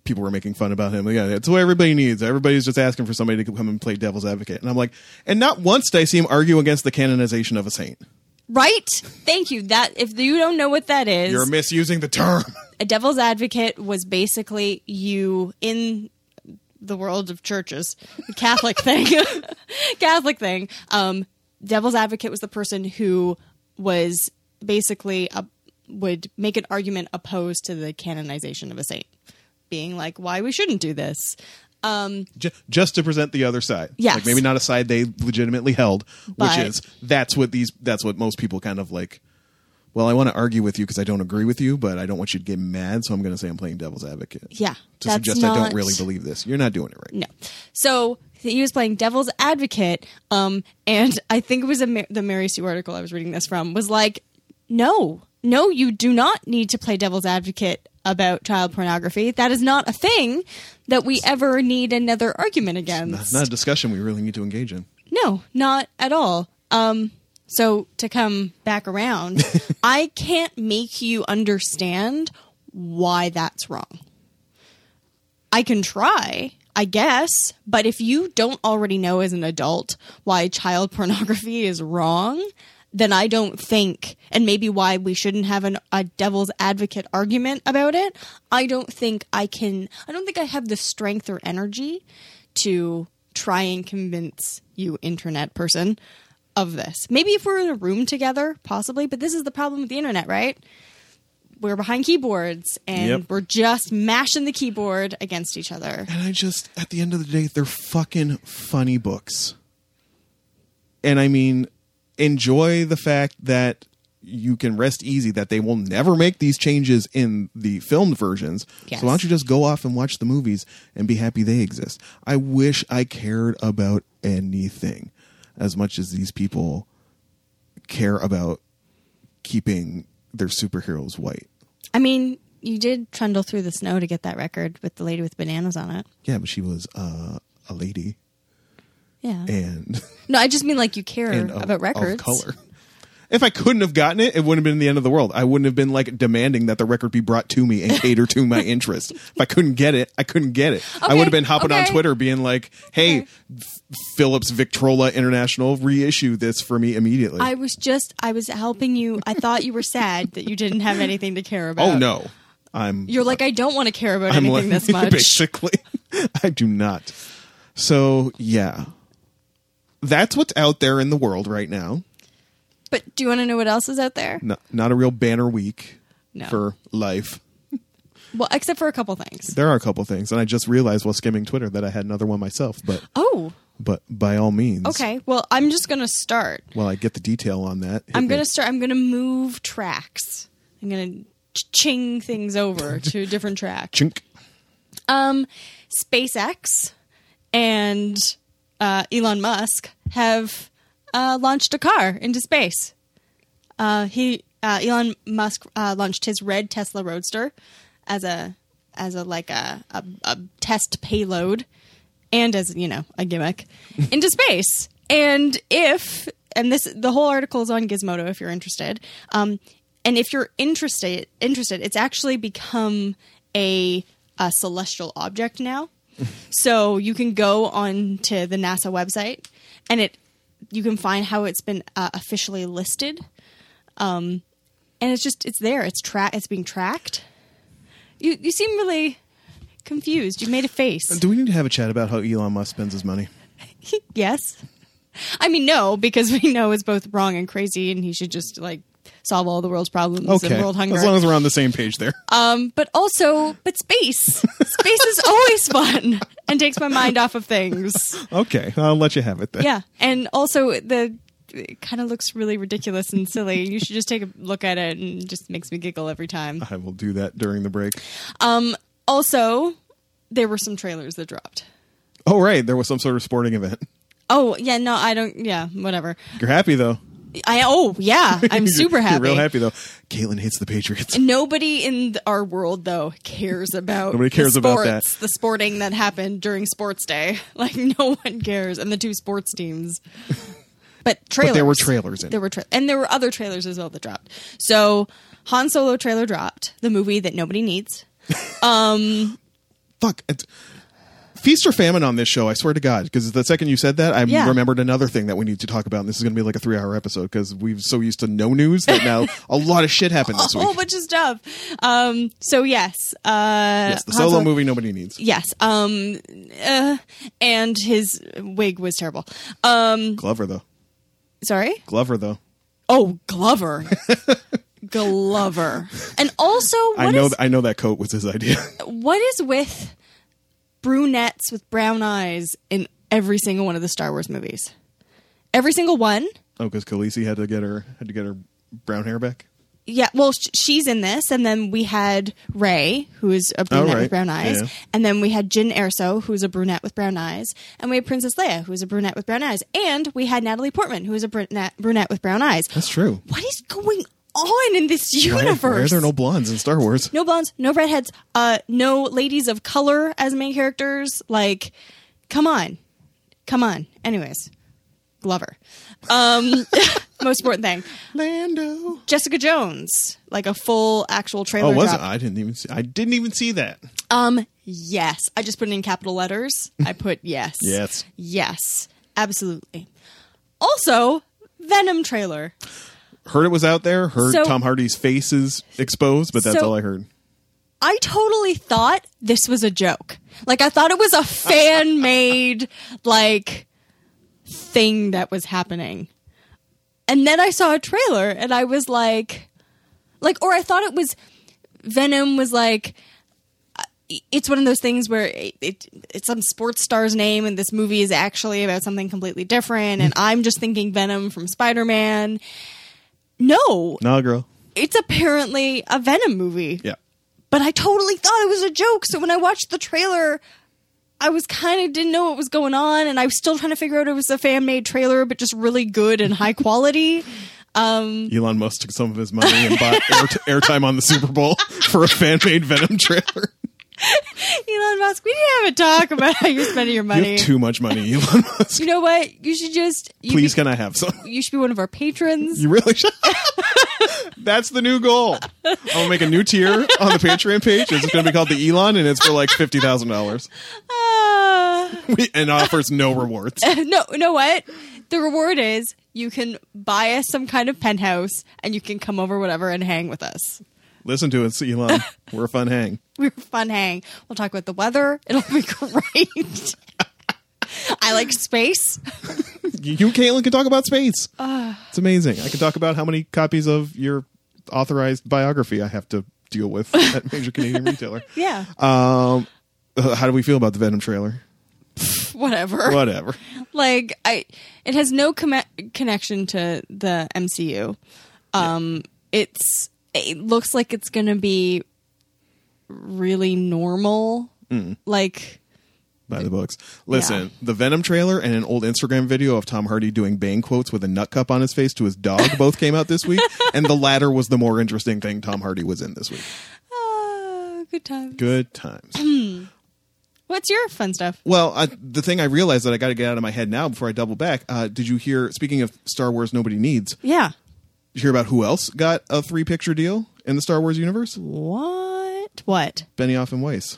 people were making fun about him. Like, Yeah, it's what everybody needs. Everybody's just asking for somebody to come and play devil's advocate. And I'm like, and not once did I see him argue against the canonization of a saint.
right thank you that if you don't know what that is,
You're misusing the term.
a devil's advocate was basically you in the world of churches the catholic thing catholic thing um devil's advocate was the person who was basically a, would make an argument opposed to the canonization of a saint being like why we shouldn't do this Um,
Ju- just to present the other side.
Yes.
Like maybe not a side they legitimately held,
But-
which is that's what these that's what most people kind of like. Well, I want to argue with you because I don't agree with you, but I don't want you to get mad, so I'm going to say I'm playing devil's advocate.
Yeah,
To
that's
suggest I
not-
don't really believe this. You're not doing it right.
No. So he was playing devil's advocate, um, and I think it was a, Ma- the Mary Sue article I was reading this from was like, no, no, you do not need to play devil's advocate about child pornography. That is not a thing that we ever need another argument
That's
against.
not a discussion we really need to engage in.
No, not at all. Um, so to come back around, I can't make you understand why that's wrong. I can try, I guess, but if you don't already know as an adult why child pornography is wrong, then I don't think, and maybe why we shouldn't have an, a devil's advocate argument about it. I don't think I can, I don't think I have the strength or energy to try and convince you, internet person, of this. Maybe if we're in a room together, possibly, but this is the problem with the internet, right? We're behind keyboards and
Yep.
we're just mashing the keyboard against each other.
And I just, at the end of the day, they're fucking funny books. And I mean, enjoy the fact that you can rest easy that they will never make these changes in the filmed versions.
Yes.
So why don't you just go off and watch the movies and be happy they exist? I wish I cared about anything as much as these people care about keeping their superheroes white.
I mean, you did trundle through the snow to get that record with the lady with bananas on it.
Yeah, but she was uh, a lady
Yeah.
and
no, I just mean like you care
and of-
about
of
records.
color. If I couldn't have gotten it, it wouldn't have been the end of the world. I wouldn't have been like demanding that the record be brought to me and cater to my interest. If I couldn't get it, I couldn't get it. I
Okay,
would have been hopping on
okay.
Twitter being like, "Hey,
Okay.
F- Philips Victrola International, reissue this for me immediately."
I was just I was helping you. I thought you were sad that you didn't have anything to care about.
oh no, I'm
You're like I don't want to care about
I'm
anything
like-
this much.
basically, I do not. So yeah, that's what's out there in the world right now.
But do you want to know what else is out there?
Not, not a real banner week
No.
for life.
Well, except for a couple things.
There are a couple things, and I just realized while skimming Twitter that I had another one myself. But
Oh,
but by all means,
okay. Well, I'm just going to start.
While I get the detail on that, hit
I'm
me.
going to start I'm going to move tracks. I'm going to ching things over to a different track.
chink.
Um, SpaceX and uh, Elon Musk have uh, launched a car into space. Uh, he uh, Elon Musk uh, launched his red Tesla Roadster as a as a like a, a, a test payload and as you know a gimmick into space. And if and this the whole article is on Gizmodo if you're interested. Um, and if you're interested interested, it's actually become a, a celestial object now. so you can go on to the NASA website and it you can find how it's been uh, officially listed and it's just it's there. It's tra- It's being tracked. You you seem really confused. You made a face.
Do we need to have a chat about how Elon Musk spends his money?
yes. I mean no, because we know it's both wrong and crazy, and he should just like solve all the world's problems
Okay,
and world hunger.
as long as we're on the same page there.
um, but also, but space. space is always fun and takes my mind off of things.
okay, I'll let you have it then.
Yeah, and also the it kind of looks really ridiculous and silly. You should just take a look at it and it just makes me giggle every time.
I will do that during the break.
Um also there were some trailers that dropped.
Oh right, there was some sort of sporting event.
Oh, yeah, no, I don't yeah, whatever.
You're happy though.
I oh, yeah, I'm
You're-
super happy.
You're real happy though. Caitlin hates the Patriots.
Nobody in th- our world though cares about
Nobody
the
cares about that.
sports, the sporting that happened during sports day. Like no one cares and the two sports teams. But trailers.
But there were trailers in.
There were tra- and there were other trailers as well that dropped. So Han Solo trailer dropped, the movie that nobody needs.
Fuck. It's, feast or famine on this show, I swear to God. Because the second you said that, I
Yeah.
remembered another thing that we need to talk about. And this is going to be like a three-hour episode because we've so used to no news that now a lot of shit happened this
A
week.
whole bunch of stuff. Um, so yes, uh,
yes, the
Han
solo
Solo-
movie nobody needs.
Yes, um, uh, and his wig was terrible. Um,
Glover though.
sorry.
Glover though.
Oh, Glover. Glover. And also, what
I know.
is-
th- I know that coat was his idea.
what is with brunettes with brown eyes in every single one of the Star Wars movies? Every single one?
oh, because Khaleesi had to get her had to get her brown hair back.
Yeah, well, sh- she's in this, and then we had Ray, who is a brunette
Oh, right.
with brown eyes,
Yeah.
and then we had Jin Erso, who's a brunette with brown eyes, and we had Princess Leia, who is a brunette with brown eyes, and we had Natalie Portman, who is a brunette, brunette with brown eyes.
That's true.
What is going on in this
Why-
universe?
Why are there no blondes in Star Wars?
no blondes, no redheads, uh, no ladies of color as main characters. Like, come on, come on. Anyways, Glover. Um, most important thing,
Lando.
Jessica Jones, like a full actual trailer.
Oh, was it?
drop.
I didn't even see. I didn't even see that.
Um, yes. I just put it in capital letters. I put yes.
Yes.
Yes. Absolutely. Also, Venom trailer.
Heard it was out there. Heard
So-
Tom Hardy's face is exposed, but that's
So-
all I heard.
I totally thought this was a joke. Like I thought it was a fan made like thing that was happening. And then I saw a trailer and I was like like or I thought it was Venom was like uh, it's one of those things where it, it it's some sports star's name and this movie is actually about something completely different and I'm just thinking Venom from Spider-Man. No,
Nah, girl.
it's apparently a Venom movie
Yeah.
but I totally thought it was a joke. So when I watched the trailer, I was kind of didn't know what was going on, and I was still trying to figure out it was a fan made trailer, but just really good and high quality.
Elon Musk took some of his money and bought air airtime on the Super Bowl for a fan made Venom trailer.
Elon Musk, we didn't have a talk about how you're spending your
You
money.
have too much money, Elon Musk.
You know what? You should just you
Please,
be-
can I have some?
you should be one of our patrons.
You really should. That's the new goal. I'm gonna make a new tier on the Patreon page. It's gonna be called the Elon, and it's for like fifty thousand dollars.
Ah.
And offers no rewards.
no, you know what? The reward is you can buy us some kind of penthouse, and you can come over whatever and hang with us.
Listen to us, Elon. We're a fun hang.
we were a fun hang. We'll talk about the weather. It'll be great. I like space.
You, Caitlin, can talk about space. it's amazing. I can talk about how many copies of your authorized biography I have to deal with at major Canadian retailer.
Yeah.
Um, uh, how do we feel about the Venom trailer?
Whatever.
Whatever.
Like I it has no com- connection to the MCU. Um it's it looks like it's going to be really normal. Like
By the books. Listen, the Venom trailer and an old Instagram video of Tom Hardy doing Bane quotes with a nut cup on his face to his dog both came out this week, and the latter was the more interesting thing Tom Hardy was in this week.
ah, good time.
Good times.
What's your fun stuff?
Well, I, the thing I realized that I got to get out of my head now before I double back. Uh, did you hear? Speaking of Star Wars, nobody needs.
Yeah.
Did you hear about who else got a three-picture deal in the Star Wars universe?
What? What?
Benioff and Weiss.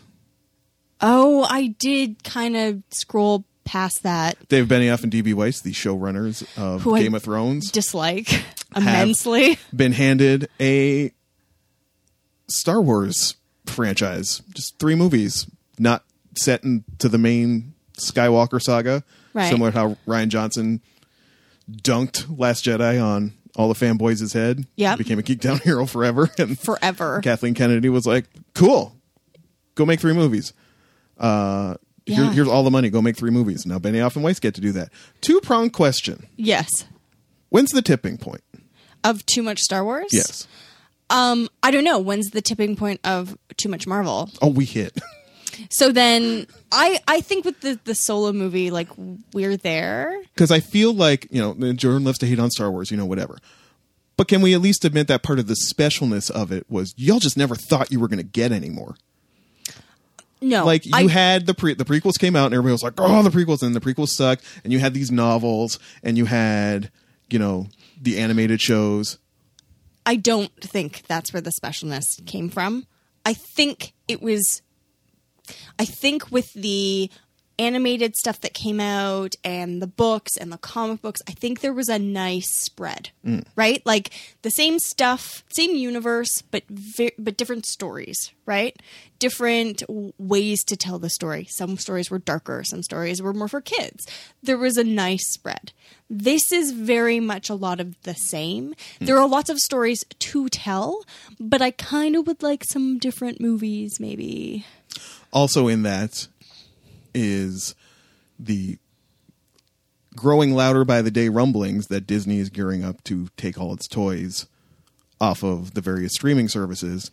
Oh, I did kind of scroll past that.
Dave Benioff and DB Weiss, the showrunners of
Who I
Game of Thrones,
dislike immensely.
been handed a Star Wars franchise. Just three movies, not set into the main Skywalker saga.
Right.
Similar to how Ryan Johnson dunked Last Jedi on all the fanboys' head.
Yep.
Became a geek down hero forever. And
forever.
Kathleen Kennedy was like, "Cool, go make three movies. Uh, here-
Yeah.
here's all the money. Go make three movies." Now Benioff and Weiss get to do that. Two pronged question:
Yes.
When's the tipping point?
Of too much Star Wars?
Yes.
Um, I don't know. When's the tipping point of too much Marvel?
Oh, we hit.
So then I I think with the the solo movie, like we're there.
Because I feel like you know Jordan loves to hate on Star Wars. You know whatever. But can we at least admit that part of the specialness of it was y'all just never thought you were going to get anymore?
No.
like you
I-
had the pre the prequels came out and everybody was like, oh, the prequels and the prequels suck. And you had these novels and you had you know the animated shows.
I don't think that's where the specialness came from. I think it was. I think with the animated stuff that came out and the books and the comic books, I think there was a nice spread, right? Like the same stuff, same universe, but ve- but different stories, right? Different w- ways to tell the story. Some stories were darker, some stories were more for kids. There was a nice spread. This is very much a lot of the same. There are lots of stories to tell, but I kind of would like some different movies, maybe.
Also in that is the growing louder by the day rumblings that Disney is gearing up to take all its toys off of the various streaming services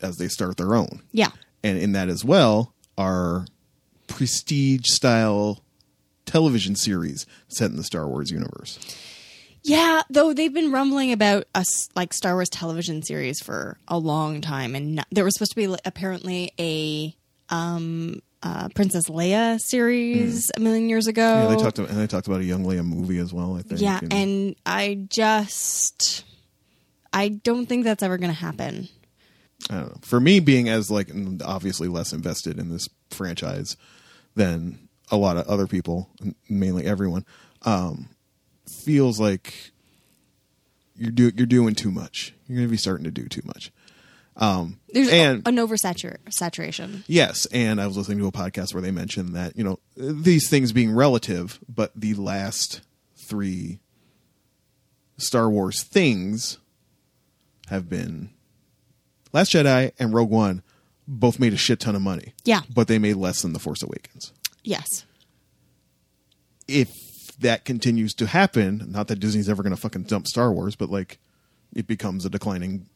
as they start their own.
Yeah.
and in that as well are prestige style television series set in the Star Wars universe.
Yeah, though they've been rumbling about us like Star Wars television series for a long time, and not, there was supposed to be like, apparently a um, uh, Princess Leia series a million years
Hmm.
ago.
Yeah, they talked about, and they talked about a Young Leia movie as well. I think.
Yeah, and I just I don't think that's ever going to happen.
I don't know. For me, being as like n- obviously less invested in this franchise than a lot of other people, m- mainly everyone, um, feels like you're do, you're doing too much. You're going to be starting to do too much.
There's a-
And-
an oversaturation. Saturation.
Yes, and I was listening to a podcast where they mentioned that you know these things being relative, but the last three Star Wars things have been Last Jedi and Rogue One, both made a shit ton of money.
Yeah.
but they made less than The Force Awakens.
Yes.
If that continues to happen, not that Disney's ever going to fucking dump Star Wars, but like it becomes a declining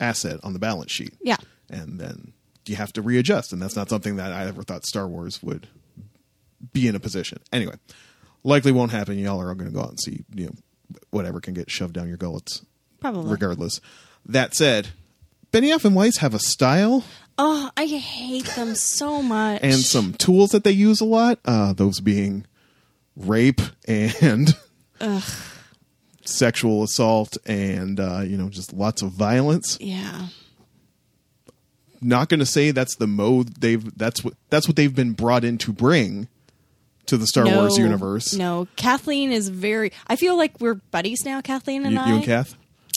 asset on the balance sheet
Yeah.
and then you have to readjust and that's not something that i ever thought star wars would be in a position anyway likely won't happen y'all are all going to go out and see you know whatever can get shoved down your gullets
Probably.
regardless that said benioff and weiss have a style
Oh, I hate them so much.
and some tools that they use a lot uh, those being rape and sexual assault and uh, you know just lots of violence
yeah.
not going to say that's the mode they've that's what that's what they've been brought in to bring to the Star Wars
No,
universe.
No, Kathleen is very. I feel like we're buddies now, Kathleen
You,
and
you
I.
and Kath.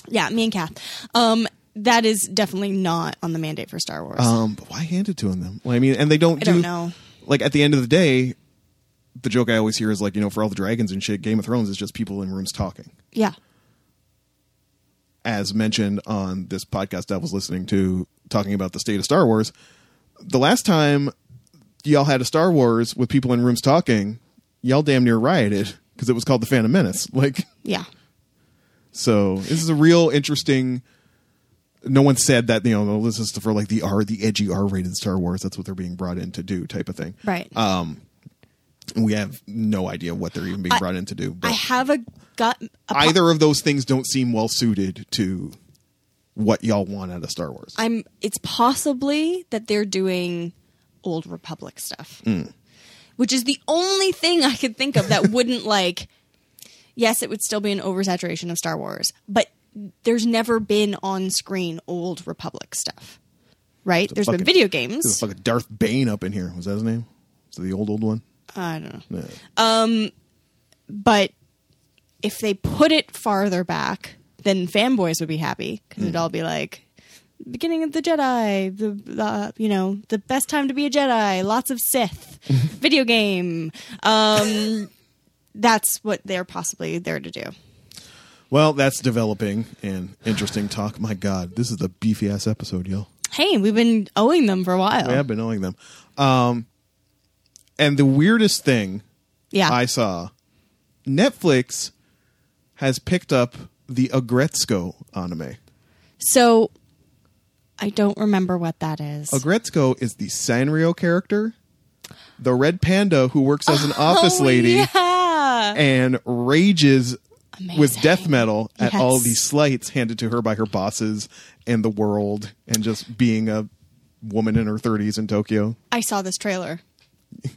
Yeah, me and Kath. Um, that is definitely not on the mandate for Star Wars.
Um, but why hand it to them? Well, I mean, and they don't.
I
do,
don't know.
Like at the end of the day, the joke I always hear is like, you know, for all the dragons and shit, Game of Thrones is just people in rooms talking.
yeah,
As mentioned on this podcast I was listening to, talking about the state of Star Wars, the last time y'all had a Star Wars with people in rooms talking, y'all damn near rioted because it was called the Phantom Menace. Like.
yeah,
So this is a real interesting. No one said that you know well, this is for like the R, the edgy R-rated Star Wars. That's what they're being brought in to do, type of thing.
right.
And we have no idea what they're even being brought in to do.
I
But
have a gut. A po-
either of those things don't seem well suited to what y'all want out of Star Wars.
I'm. It's possibly that they're doing old Republic stuff,
Mm.
which is the only thing I could think of that wouldn't like. Yes, it would still be an oversaturation of Star Wars, but there's never been on screen old Republic stuff, right? There's been
Fucking-
video games.
There's a fucking Darth Bane up in here. Was that his name? Is it the old old one?
I don't know.
Yeah.
but if they put it farther back, then fanboys would be happy because it'd all be like, beginning of the Jedi, the uh, you know the best time to be a Jedi, lots of Sith, video game. Um, that's what they're possibly there to do.
Well, that's developing and interesting talk. My God, this is a beefy ass episode, y'all.
Hey, we've been owing them for a while.
I have been knowing them. Um, and the weirdest thing
Yeah.
I saw, Netflix has picked up the Agretzko anime.
So I don't remember what that is.
Agretzko is the Sanrio character, the red panda who works as an office lady
Oh, Yeah.
and rages with
Amazing.
death metal at all
Yes.
the slights handed to her by her bosses and the world and just being a woman in her 30s in Tokyo.
I saw this trailer.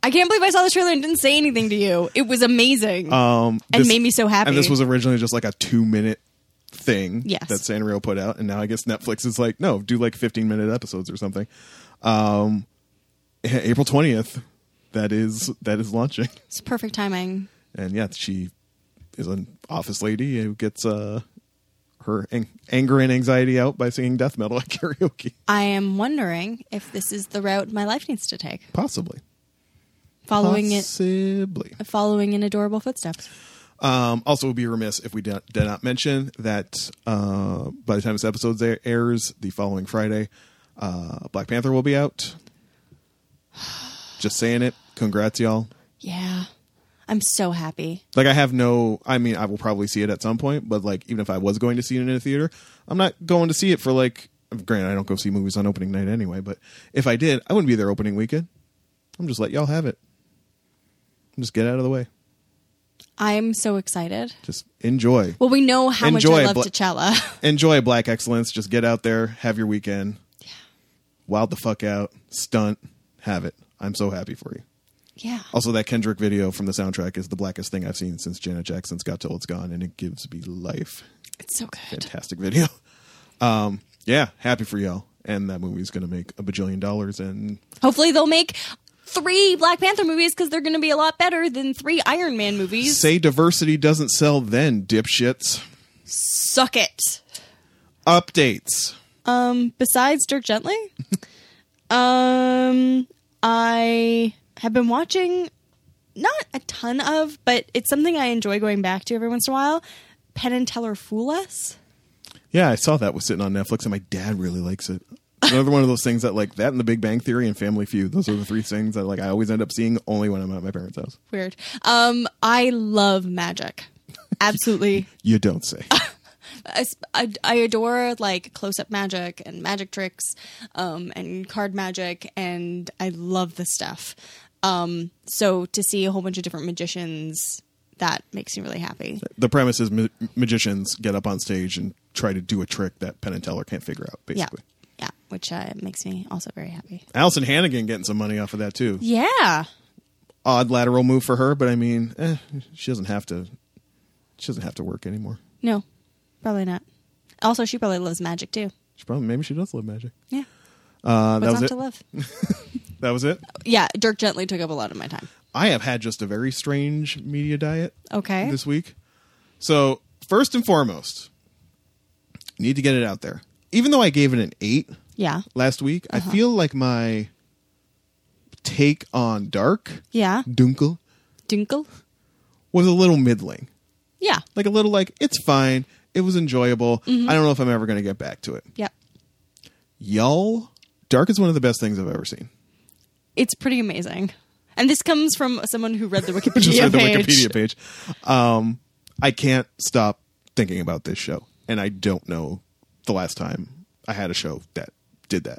I can't believe I saw this trailer and didn't say anything to you. It was amazing.
Um,
And made me so happy.
And this was originally just like a two minute thing
Yes.
that Sanrio put out, and now I guess Netflix is like, no, do like fifteen minute episodes or something. Um, April twentieth, that is that is launching,
it's perfect timing.
and yeah, she is an office lady who gets uh her ang- anger and anxiety out by singing death metal at karaoke,
I am wondering if this is the route my life needs to take,
possibly,
following it,
possibly.
following in adorable footsteps.
Um, also, would be remiss if we did, did not mention that uh, by the time this episode a- airs, the following Friday, uh, Black Panther will be out. Just saying it. Congrats, y'all.
Yeah, I'm so happy.
Like, I have no. I mean, I will probably see it at some point, but like, even if I was going to see it in a theater, I'm not going to see it for like. Granted, I don't go see movies on opening night anyway, but if I did, I wouldn't be there opening weekend. I'm just let y'all have it. Just get out of the way.
I'm so excited.
Just enjoy.
Well, we know how
Enjoy,
much I
Bla-
love T'Challa.
enjoy black excellence just get out there have your weekend yeah wild the fuck out stunt have it i'm so happy for you
yeah,
also that kendrick video from the soundtrack is the blackest thing i've seen since janet jackson's got till it's gone and it gives me life
it's so good.
fantastic video um yeah happy for y'all and that movie's gonna make a bajillion dollars and
Hopefully, they'll make three Black Panther movies because they're going to be a lot better than three Iron Man movies.
say diversity doesn't sell then dipshits
Suck it.
updates
Um, besides Dirk Gently, um, I have been watching not a ton of, but it's something I enjoy going back to every once in a while. Penn and Teller Fool Us.
Yeah, I saw that was sitting on Netflix, and my dad really likes it. Another one of those things that like that and The Big Bang Theory and Family Feud. Those are the three things that like I always end up seeing only when I'm at my parents' house.
Weird. Um, I love magic. Absolutely.
You don't say.
I, s- I- I adore like close up magic and magic tricks um, and card magic, and I love the stuff. Um, so to see a whole bunch of different magicians, that makes me really happy.
the premise is ma- magicians get up on stage and try to do a trick that Penn and Teller can't figure out. Basically,
Yeah, yeah, which uh, makes me also very happy.
Allison Hannigan getting some money off of that too.
Yeah,
Odd lateral move for her, but I mean, eh, she doesn't have to. She doesn't have to work anymore.
no, probably not. Also, she probably loves magic too.
She probably maybe she does love magic.
Yeah,
Uh, that
what's
was it.
not to love?
That was it.
yeah, Dirk Gently took up a lot of my time.
I have had just a very strange media diet.
Okay.
This week. So, first and foremost, need to get it out there. Even though I gave it an 8
Yeah,
last week,
Uh-huh.
I feel like my take on Dark,
yeah,
Dunkel,
Dinkle.
was a little middling.
Yeah,
Like a little like it's fine, it was enjoyable.
Mm-hmm.
I don't know if I'm ever going to get back to it.
yep.
Y'all, Dark is one of the best things I've ever seen.
It's pretty amazing. And this comes from someone who read the Wikipedia
just read the
page.
Wikipedia page. Um, I can't stop thinking about this show, and I don't know the last time I had a show that did that.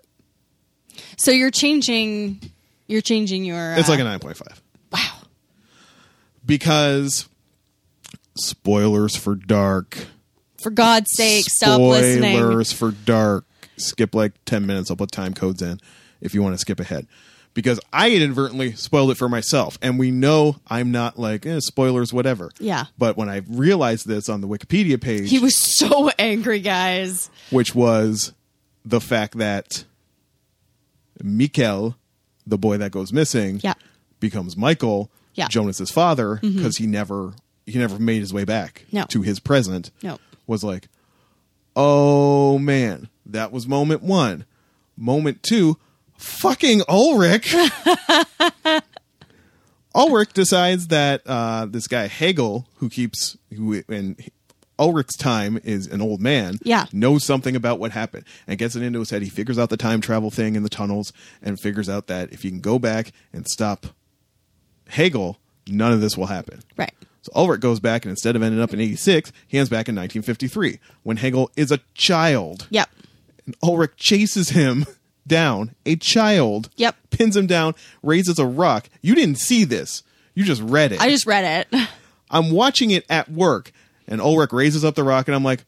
So you're changing, you're changing your.
It's
uh,
like a nine point five
wow.
because spoilers for Dark.
For God's sake, stop listening.
spoilers for Dark. Skip like ten minutes. I'll put time codes in if you want to skip ahead. Because I inadvertently spoiled it for myself, and we know I'm not like eh, spoilers, whatever.
Yeah.
But when I realized this on the Wikipedia page,
He was so angry, guys.
which was the fact that Mikel, the boy that goes missing,
Yeah.
becomes Michael,
Yeah. Mm-hmm.
Jonas's father, because he never he never made his way back
No.
to his present.
No.
Was like, oh man, That was moment one. Moment two, fucking Ulrich. Ulrich decides that uh, this guy Hegel, who keeps who and Ulrich's time is an old man,
Yeah.
knows something about what happened and gets it into his head. He figures out the time travel thing in the tunnels and figures out that if you can go back and stop Hegel, none of this will happen.
Right.
So Ulrich goes back, and instead of ending up in 86, he ends back in 1953 when Hegel is a child.
Yep.
And Ulrich chases him down, a child.
Yep.
Pins him down, raises a rock. You didn't see this. You just read it.
I just read it.
I'm watching it at work, and Ulrich raises up the rock, and I'm like,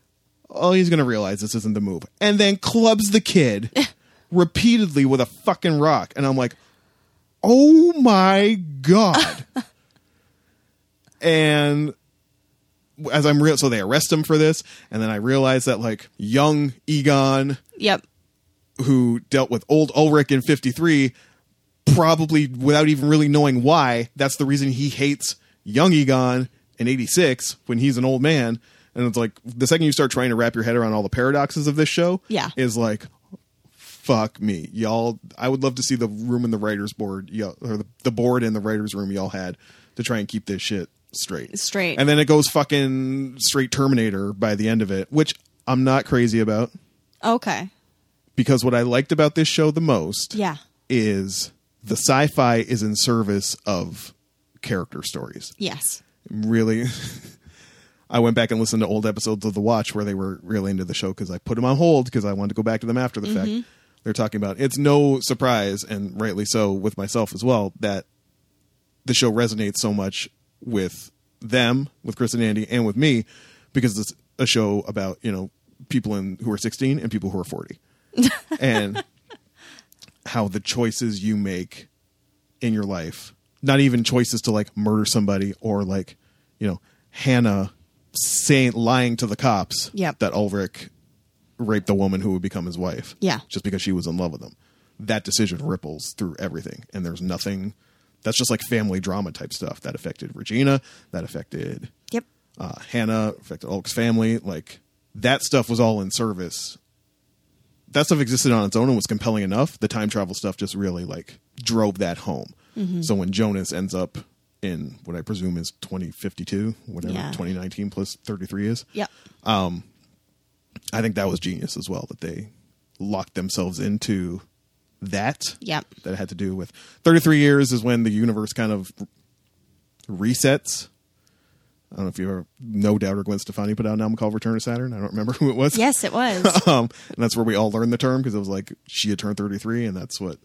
oh, he's going to realize this isn't the move. And then clubs the kid repeatedly with a fucking rock. And I'm like, oh my God. and as I'm real, so they arrest him for this, and then I realize that, like, young Egon
Yep.
who dealt with old Ulrich in 53, probably without even really knowing why, that's the reason he hates young Egon in 86 when he's an old man. And it's like the second you start trying to wrap your head around all the paradoxes of this show,
Yeah.
is like, fuck me, y'all. I would love to see the room in the writers' board, y'all, or the, the board in the writers' room y'all had to try and keep this shit straight,
Straight.
And then it goes fucking straight Terminator by the end of it, which I'm not crazy about
Okay.
because what I liked about this show the most
Yeah.
is the sci-fi is in service of character stories.
Yes.
Really I went back and listened to old episodes of The Watch where they were really into the show cuz I put them on hold because I wanted to go back to them after the fact. They're talking about it's no surprise and rightly so with myself as well that the show resonates so much with them, with Chris and Andy and with me because it's a show about, you know, people in who are 16 and people who are 40. and how the choices you make in your life, not even choices to like murder somebody or like, you know, Hannah saying lying to the cops
Yep.
that Ulrich raped the woman who would become his wife.
Yeah.
Just because she was in love with him. That decision ripples through everything. And there's nothing that's just like family drama type stuff. That affected Regina. That affected
Yep.
uh, Hannah, affected Ulrich's family. Like that stuff was all in service. That stuff existed on its own and was compelling enough. The time travel stuff just really like drove that home.
Mm-hmm.
So when Jonas ends up in what I presume is 2052, whatever
Yeah.
2019 plus 33 is,
Yep.
I think that was genius as well that they locked themselves into that.
Yep.
That had to do with 33 years is when the universe kind of resets. I don't know if you ever, no doubt, or Gwen Stefani put out an album called Return to Saturn. I don't remember who it was.
Yes, it was.
Um, and that's where we all learned the term because it was like she had turned 33, and that's what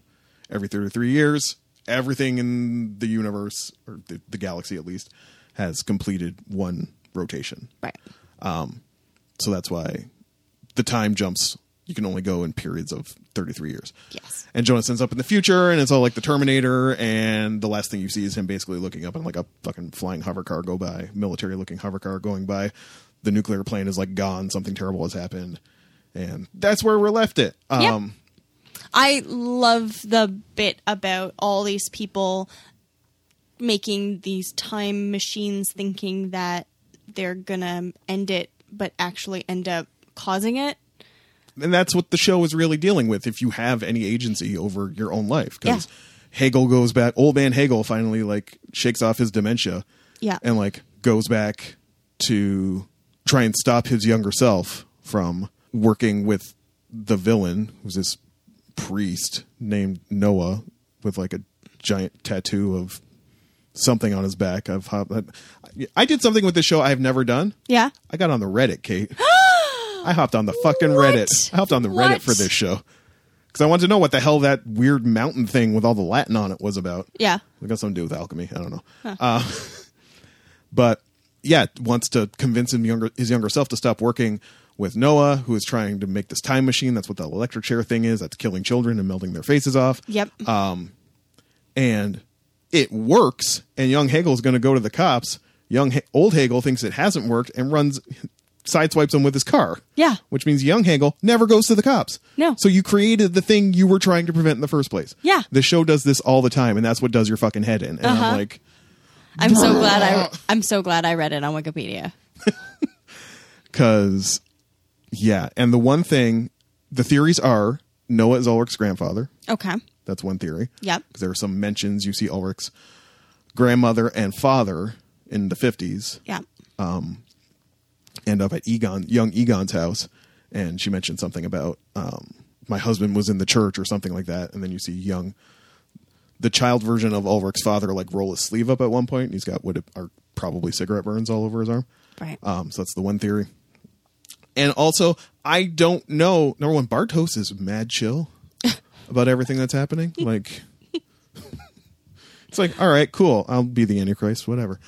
every 33 years, everything in the universe, or the, the galaxy at least, has completed one rotation.
right.
So that's why the time jumps. You can only go in periods of 33 years.
Yes.
And Jonas ends up in the future, and it's all like the Terminator, and the last thing you see is him basically looking up and like a fucking flying hover car go by, military looking hover car going by. The nuclear plane is like gone. Something terrible has happened. And that's where we're left it.
Yep.
Um,
I love the bit about all these people making these time machines thinking that they're gonna end it but actually end up causing it.
and that's what the show is really dealing with if you have any agency over your own life because hegel goes back old man hegel finally like shakes off his dementia
Yeah.
and like goes back to try and stop his younger self from working with the villain who's this priest named noah with like a giant tattoo of something on his back i've hop- i did something with this show i've never done
Yeah.
I got on the Reddit, Kate. I hopped on the fucking Reddit. I hopped on the
What?
Reddit for this show because I wanted to know what the hell that weird mountain thing with all the Latin on it was about.
Yeah.
It got something to do with alchemy. I don't know. Uh, but yeah, wants to convince him younger, his younger self to stop working with Noah, who is trying to make this time machine. That's what the electric chair thing is. That's killing children and melting their faces off
Yep.
and it works and young Hegel's going to go to the cops young He- old Hegel thinks it hasn't worked and runs sideswipes him with his car
Yeah.
which means young Hegel never goes to the cops
No.
so you created the thing you were trying to prevent in the first place
Yeah. Uh-huh.
the show does this all the time and that's what does your fucking head in and I'm like
I'm so glad I I'm so glad I read it on Wikipedia.
cuz yeah and the one thing the theories are Noah is Ulrich's grandfather.
Okay.
That's one theory.
Yep.
Because there are some mentions you see Ulrich's grandmother and father in the 50s
Yeah.
end up at Egon, young Egon's house, and she mentioned something about um, my husband was in the church or something like that, and then you see young, the child version of Ulrich's father like roll his sleeve up at one point, and he's got what are probably cigarette burns all over his arm.
Right.
Um, so that's the one theory. And also, I don't know. Number one, Bartos is mad chill about everything that's happening. Like, it's like, all right, cool. I'll be the Antichrist, whatever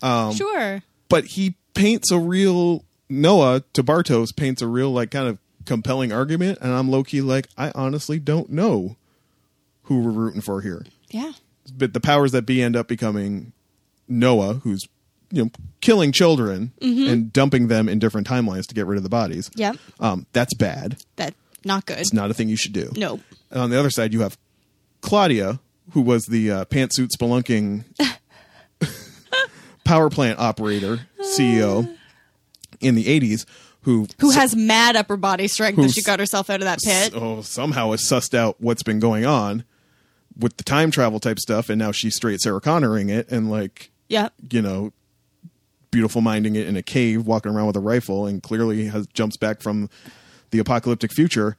Um, sure.
but he paints a real Noah to Bartos paints a real like kind of compelling argument, and I'm low key like I honestly don't know who we're rooting for here.
Yeah.
But the powers that be end up becoming Noah, who's you know killing children and dumping them in different timelines to get rid of the bodies.
Mm-hmm. Yep.
um, that's bad.
That not good.
It's not a thing you should do.
No.
And on the other side, you have Claudia, who was the uh, pantsuit spelunking power plant operator CEO in the 80s, who,
Who has mad upper body strength that
Who's-
she got herself out of that pit?
oh, somehow has sussed out what's been going on with the time travel type stuff. And now she's straight Sarah Connoring it and, like,
Yep.
you know, beautiful minding it in a cave, walking around with a rifle, and clearly has jumps back from the apocalyptic future,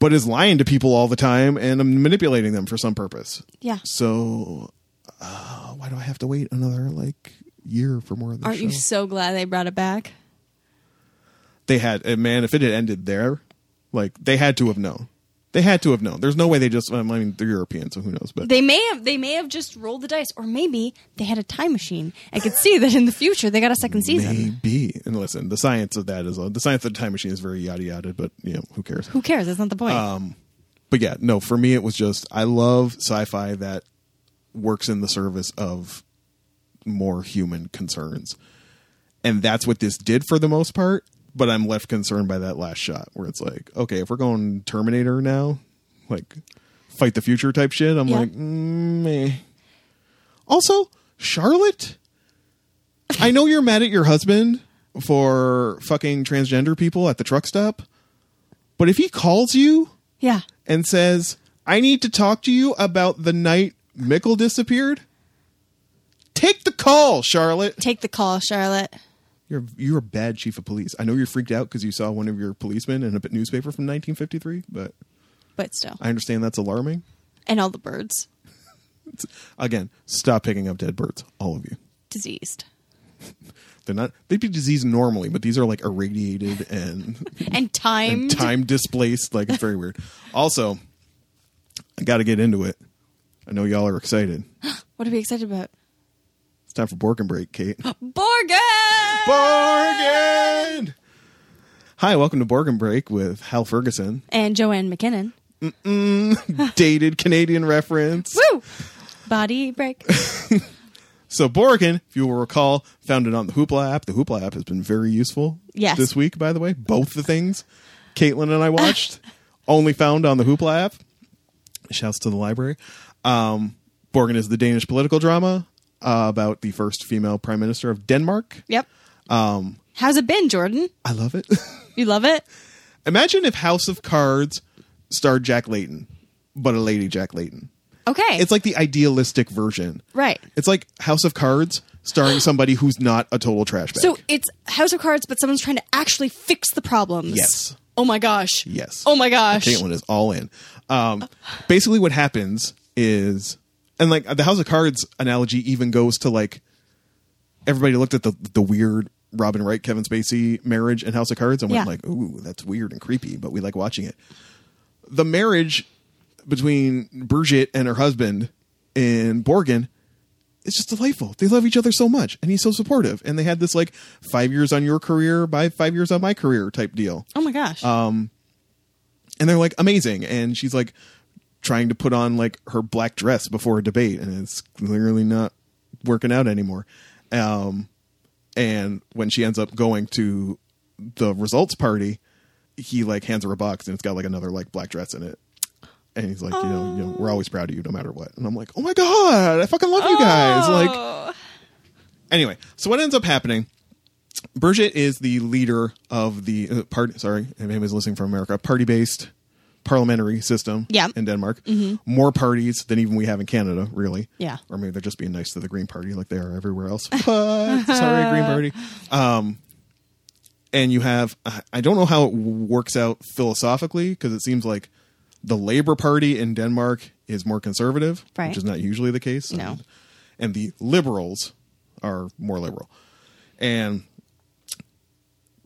but is lying to people all the time and manipulating them for some purpose.
Yeah.
So, uh, why do I have to wait another like year for more of this?
Aren't you
show?
so glad they brought it back?
they had uh, man. If it had ended there, like they had to have known. They had to have known. There's no way they just. um, I mean, they're European, so who knows? But
They may have they may have just rolled the dice, or maybe they had a time machine and could see that in the future they got a second season.
maybe. And listen, the science of that is uh, the science of the time machine is very yada yada. But you know, who cares?
Who cares? That's not the point.
Um, but yeah, no, for me it was just I love sci-fi that works in the service of more human concerns. And that's what this did for the most part, but I'm left concerned by that last shot where it's like, okay, if we're going Terminator now, like fight the future type shit, I'm
Yeah.
like, mm, eh. Also, Charlotte, I know you're mad at your husband for fucking transgender people at the truck stop, but if he calls you
yeah.
and says, I need to talk to you about the night Mickle disappeared. Take the call, Charlotte.
Take the call, Charlotte.
You're you're a bad chief of police. I know you're freaked out because you saw one of your policemen in a newspaper from 1953, but
But still.
I understand that's alarming.
and all the birds.
Again, stop picking up dead birds, all of you.
Diseased.
They're not they'd be diseased normally, but these are like irradiated and
And timed.
and time displaced. Like it's very weird. Also, I got to get into it. I know y'all are excited.
what are we excited about?
It's time for Bork and Break, Kate.
Borgen!
Borgen! Hi, welcome to Borgen Break with Hal Ferguson.
and Joanne McKinnon.
Dated Canadian reference.
Woo! Body break.
So Borgen, if you will recall, found it on the Hoopla app. The Hoopla app has been very useful
Yes.
this week, by the way. Both the things Caitlin and I watched, only found on the Hoopla app. Shouts to the library. Um, Borgen is the Danish political drama uh, about the first female prime minister of Denmark.
Yep. Um, How's it been, Jordan?
I love it.
You love it?
Imagine if House of Cards starred Jack Layton, but a lady Jack Layton.
Okay.
It's like the idealistic version.
right.
It's like House of Cards starring somebody who's not a total trash bag.
So it's House of Cards, but someone's trying to actually fix the problems.
Yes.
Oh my gosh.
Yes.
Oh my gosh.
Caitlin is all in. Um, basically, what happens is, and like the House of Cards analogy even goes to like everybody looked at the the weird Robin Wright Kevin Spacey marriage in House of Cards and went
Yeah.
like, "Ooh, that's weird and creepy," but we like watching it. The marriage between Bridget and her husband in Borgen it's just delightful. They love each other so much, and he's so supportive. And they had this like five years on your career, by five years on my career type deal
Oh my gosh.
Uh, and they're like amazing and she's like trying to put on like her black dress before a debate and it's clearly not working out anymore um and when she ends up going to the results party he like hands her a box and it's got like another like black dress in it and he's like you know, you know we're always proud of you no matter what and i'm like oh my god i fucking love you guys like
Oh.
anyway so what ends up happening Bridget is the leader of the uh, part. Sorry, name is listening from America. Party-based parliamentary system.
Yeah.
in Denmark, more parties than even we have in Canada, really.
Mm-hmm. Yeah.
or maybe they're just being nice to the Green Party, like they are everywhere else. But sorry, Green Party. Um, and you have I- I don't know how it works out philosophically because it seems like the Labor Party in Denmark is more conservative,
Right.
which is not usually the case.
No.
And, and the liberals are more liberal. And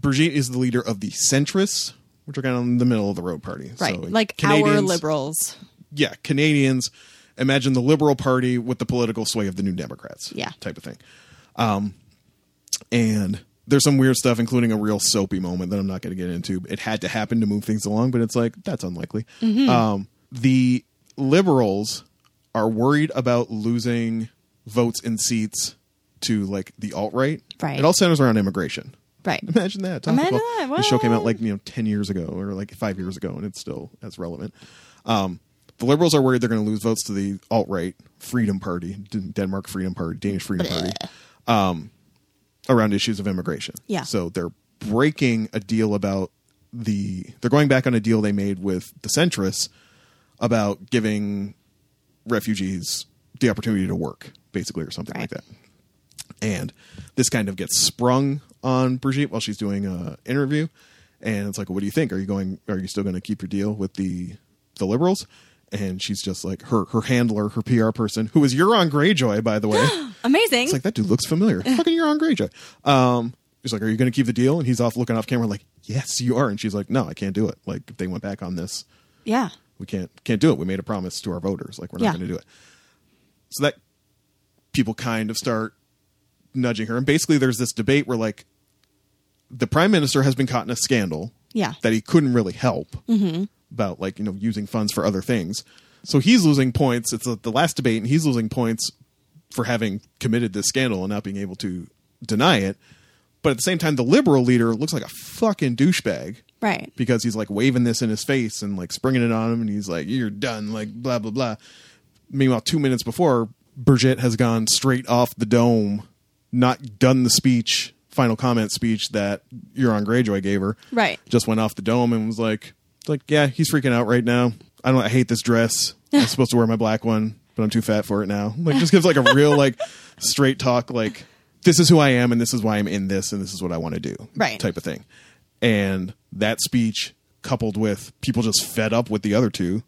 Brigitte is the leader of the centrists, which are kind of in the middle of the road party.
Right.
So,
like our
Canadians-
liberals.
Yeah, Canadians. Imagine the Liberal Party with the political sway of the New Democrats.
Yeah.
Type of thing. Um, and there's some weird stuff, including a real soapy moment that I'm not going to get into. It had to happen to move things along, but it's like, that's unlikely.
Mm-hmm.
Um, the Liberals are worried about losing votes and seats to like the alt right.
Right.
It all centers around immigration.
Right.
Imagine that.
Imagine
Topical.
that.
The show came out
What?
like you know ten years ago or like five years ago, and it's still as relevant. Um, the liberals are worried they're going to lose votes to the alt right Freedom Party, D- Denmark Freedom Party, Danish Freedom Party, um, around issues of immigration.
Yeah.
So they're breaking a deal about the. They're going back on a deal they made with the centrists about giving refugees the opportunity to work, basically, or something like
Right.
that. And this kind of gets sprung on Brigitte while she's doing a interview, and it's like, "What do you think? Are you going? Are you still going to keep your deal with the the liberals?" And she's just like her her handler, her PR person, who is Euron Greyjoy, by the way.
Amazing.
It's like that dude looks familiar. Fucking Euron Greyjoy. Um, he's like, "Are you going to keep the deal?" And he's off looking off camera, like, "Yes, you are." And she's like, "No, I can't do it. Like, if they went back on this,
yeah.
we can't can't do it. We made a promise to our voters, like we're not
Yeah.
going to do it. So that people kind of start nudging her, and basically there's this debate where like the prime minister has been caught in a scandal,
Yeah. Mm-hmm.
that he couldn't really help about like you know using funds for other things. So he's losing points. It's the last debate, and he's losing points for having committed this scandal and not being able to deny it. But at the same time, the liberal leader looks like a fucking douchebag
Right.
because he's like waving this in his face and like springing it on him, and he's like, "You're done," like blah blah blah. Meanwhile, two minutes before, Brigitte has gone straight off the dome, not done the speech, final comment speech that Euron Greyjoy gave her.
Right.
just went off the dome and was like, it's "Like, yeah, he's freaking out right now. I don't. I hate this dress. I'm supposed to wear my black one, but I'm too fat for it now." Like, just gives like a real like straight talk like. This is who I am, and this is why I'm in this, and this is what I want to do.
Right.
Type of thing. And that speech, coupled with people just fed up with the other two,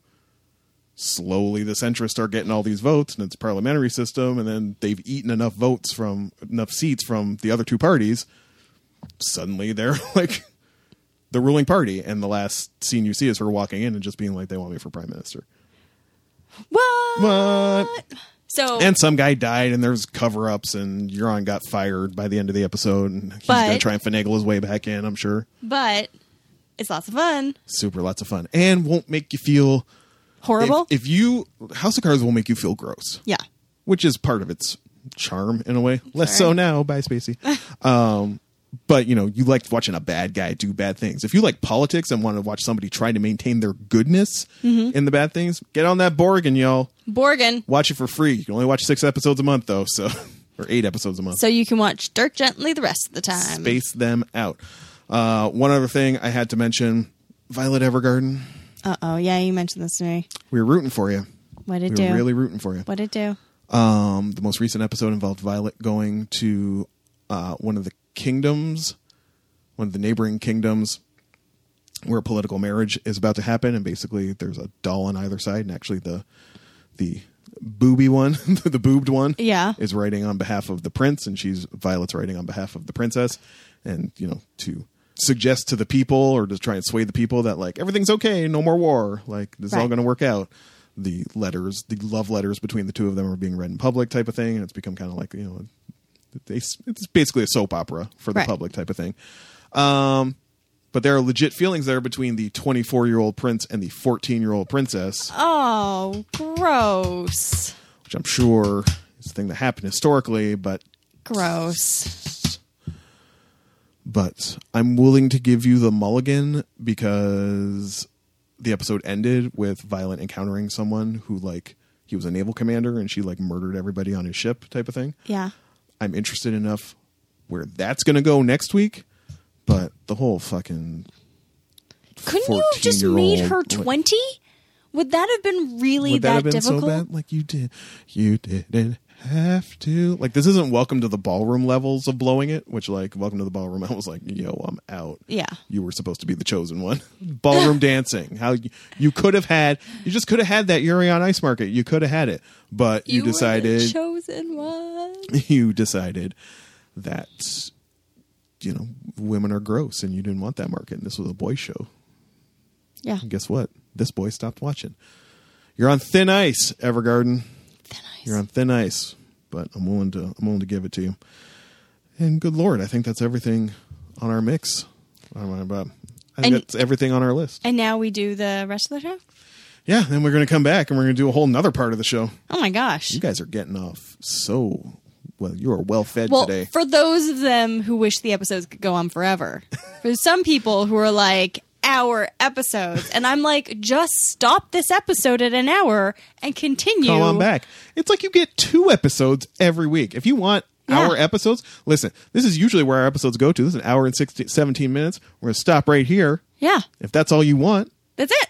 slowly the centrists are getting all these votes, and it's a parliamentary system, and then they've eaten enough votes from enough seats from the other two parties. Suddenly they're like the ruling party, and the last scene you see is her walking in and just being like, "They want me for prime minister."
What?
What?
So
And some guy died, and there's cover ups, and Euron got fired by the end of the episode, and he's going to
But-
try and finagle his way back in. I'm sure.
but it's lots of fun.
super lots of fun and won't make you feel
Horrible.
If, if you house of cards will make you feel gross
yeah.
which is part of its charm in a way less
Sure.
so now by spacey um but you know you like watching a bad guy do bad things if you like politics and want to watch somebody try to maintain their goodness
Mm-hmm.
in the bad things get on that borgin y'all
Borgen.
watch it for free you can only watch six episodes a month though so or eight episodes a month
So you can watch Dirk Gently the rest of the time.
space them out uh one other thing i had to mention violet evergarden
Uh oh. Yeah, you mentioned this to me.
we were rooting for you
What'd it
we were
do?
really rooting for you
What'd it do?
Um, the most recent episode involved Violet going to uh, one of the kingdoms, one of the neighboring kingdoms, where political marriage is about to happen, and basically there's a doll on either side, and actually the the booby one, the boobed one,
Yeah.
is writing on behalf of the prince, and she's Violet's writing on behalf of the princess, and you know to suggest to the people or to try and sway the people that like everything's okay, no more war, like this is all
Right.
going to work out. The letters, the love letters between the two of them are being read in public, type of thing, and it's become kind of like you know, they, it's basically a soap opera for the
Right.
public, type of thing. Um, but there are legit feelings there between the 24 year old prince and the 14 year old princess
Oh, gross.
which I'm sure is a thing that happened historically, but
Gross.
but I'm willing to give you the mulligan because the episode ended with Violent encountering someone who like he was a naval commander and she like murdered everybody on his ship type of thing.
Yeah.
I'm interested enough where that's going to go next week. But the whole fucking
Couldn't you have just made
14-year-old,
her
like-
20? Would that have been really
would that,
that,
have been
difficult?
so bad? Like you did, you didn't have to. Like this isn't welcome to the ballroom levels of blowing it. Which like welcome to the ballroom, I was like, yo, I'm out.
Yeah.
you were supposed to be the chosen one. ballroom dancing. How you, you could have had, you just could have had that Yuri on Ice Market. You could have had it, but you,
were the
decided
chosen one.
you decided that you know women are gross and you didn't want that market and this was a boy show
Yeah.
and guess what this boy stopped watching you're on thin ice evergarden
Thin ice.
you're on thin ice but i'm willing to i'm willing to give it to you and good lord i think that's everything on our mix i don't know about I think
And-
that's everything on our list.
And now we do the rest of the show?
Yeah, then we're going to come back and we're going to do a whole nother part of the show.
Oh my gosh.
You guys are getting off so well. You are well fed
Well,
today.
for those of them who wish the episodes could go on forever, for some people who are like, hour episodes. And I'm like, just stop this episode at an hour and continue.
Come on back. It's like you get two episodes every week. If you want
Yeah.
our episodes, listen, this is usually where our episodes go to. This is an hour and 16, 17 minutes. We're going to stop right here.
Yeah.
If that's all you want,
That's it.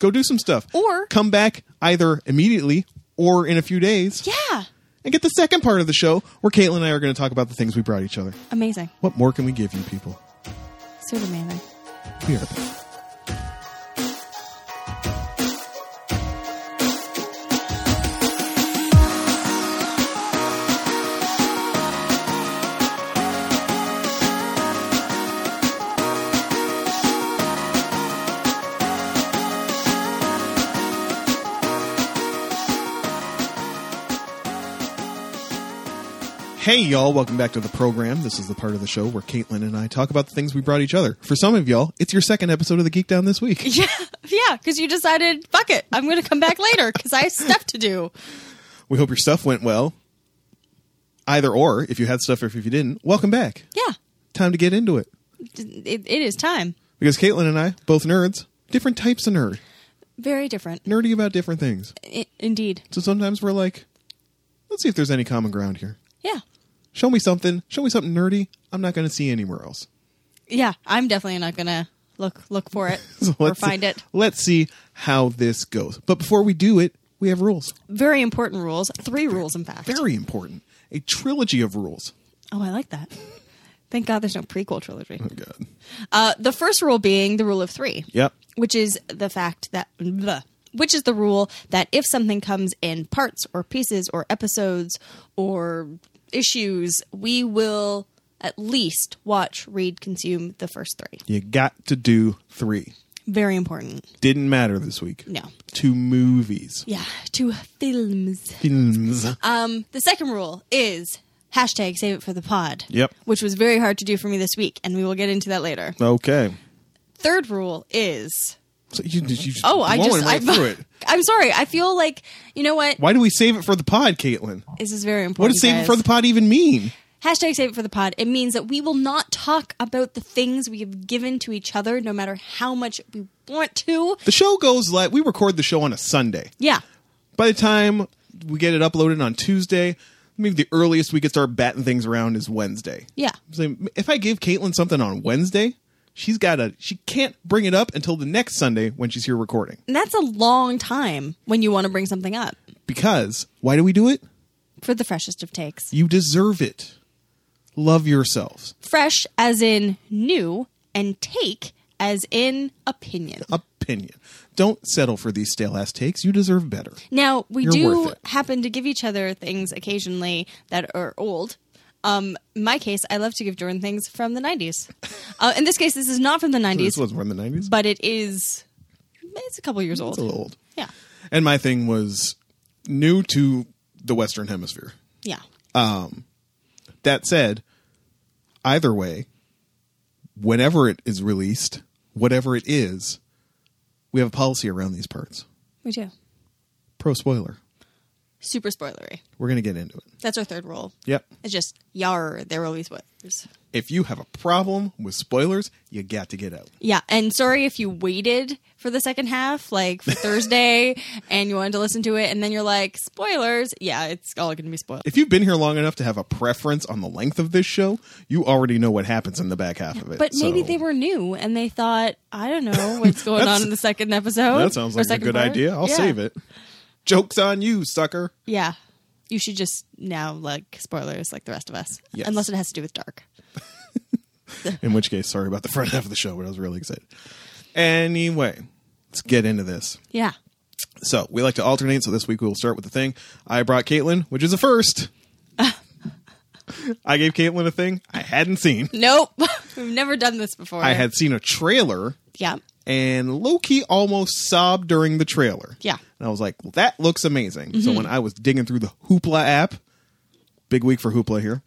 go do some stuff.
Or-
come back either immediately or in a few days
Yeah.
and get the second part of the show where Caitlin and I are going to talk about the things we brought each other.
Amazing.
What more can we give you people?
So demanding.
We are back. Hey, y'all, welcome back to the program. This is the part of the show where Caitlin and I talk about the things we brought each other. For some of y'all, it's your second episode of the Geek Down this week.
Yeah. Yeah. Because you decided, fuck it. I'm going to come back later because I have stuff to do.
We hope your stuff went well. Either or, if you had stuff or if you didn't, welcome back.
Yeah.
Time to get into it.
It, it is time.
Because Caitlin and I, both nerds, different types of nerd,
Very different.
nerdy about different things.
I- indeed.
So sometimes we're like, let's see if there's any common ground here.
Yeah.
Show me something, show me something nerdy I'm not going to see anywhere else.
Yeah. I'm definitely not going to look look for it
So
or
let's
find
see,
it.
Let's see how this goes. But before we do it, we have rules.
Very important rules. Three rules, in fact.
Very important. A trilogy of rules.
Oh, I like that. Thank God there's no prequel trilogy.
God.
Uh, the first rule being the rule of three.
Yep.
Which is the fact that the which is the rule that if something comes in parts or pieces or episodes or issues, we will at least watch, read, consume the first three.
You got to do three.
Very important.
Didn't matter this week.
No.
Two movies.
Yeah. Two films.
Films.
Um, the second rule is hashtag save it for the pod.
Yep.
Which was very hard to do for me this week, and we will get into that later.
Okay.
Third rule is
So you, you just
Oh, I
blowing
just
right
I,
through it.
I'm sorry. I feel like you know what?
Why do we save it for the pod, Caitlin?
This is very important.
What does save it
Oh, guys.
for the pod even mean?
hashtag save it for the pod? It means that we will not talk about the things we have given to each other, no matter how much we want to.
The show goes like we record the show on a Sunday.
Yeah,
By the time we get it uploaded on Tuesday, maybe the earliest we could start batting things around is Wednesday.
yeah,
So if I give Caitlin something on Wednesday, she's got to she can't bring it up until the next Sunday when she's here recording.
and that's a long time when you want to bring something up
Because why do we do it?
for the freshest of takes.
You deserve it. Love yourselves.
Fresh as in new, and take as in opinion.
Opinion. Don't settle for these stale ass takes. You deserve better.
Now we
You're
do
worth it.
happen to give each other things occasionally that are old. Um, in my case, I love to give Jordan things from the '90s. Uh, in this case, this is not from the
This
'90s,
was from the nineties.
but it is. It's a couple years
It's a
old.
little old.
Yeah,
And my thing was new to the Western Hemisphere.
yeah,
That said, either way, whenever it is released, whatever it is, we have a policy around these parts.
we do.
Pro spoiler.
super spoilery.
We're going to get into it.
That's our third rule.
Yep.
It's just yar, there will be spoilers.
If you have a problem with spoilers, you got to get out.
Yeah, and sorry if you waited for the second half, like for Thursday, and you wanted to listen to it, and then you're like, spoilers. Yeah, it's all going to be spoiled.
If you've been here long enough to have a preference on the length of this show, you already know what happens in the back half of it.
But maybe
so-
they were new and they thought, I don't know what's going on in the second episode.
That sounds
or
like a
second
good
part.
idea. I'll
Yeah.
save it. Joke's on you, sucker.
Yeah. You should just now like spoilers like the rest of us.
Yes.
Unless it has to do with dark.
In which case, sorry about the front half of the show, but I was really excited. Anyway, let's get into this.
Yeah.
So we like to alternate. So this week we will start with the thing I brought Caitlin, which is a first. I gave Caitlin a thing I hadn't seen.
Nope. We've never done this before.
I had seen a trailer
Yeah.
and Loki almost sobbed during the trailer.
Yeah. Mm-hmm.
And I was like, well, that looks amazing. So when I was digging through the Hoopla app, big week for Hoopla here,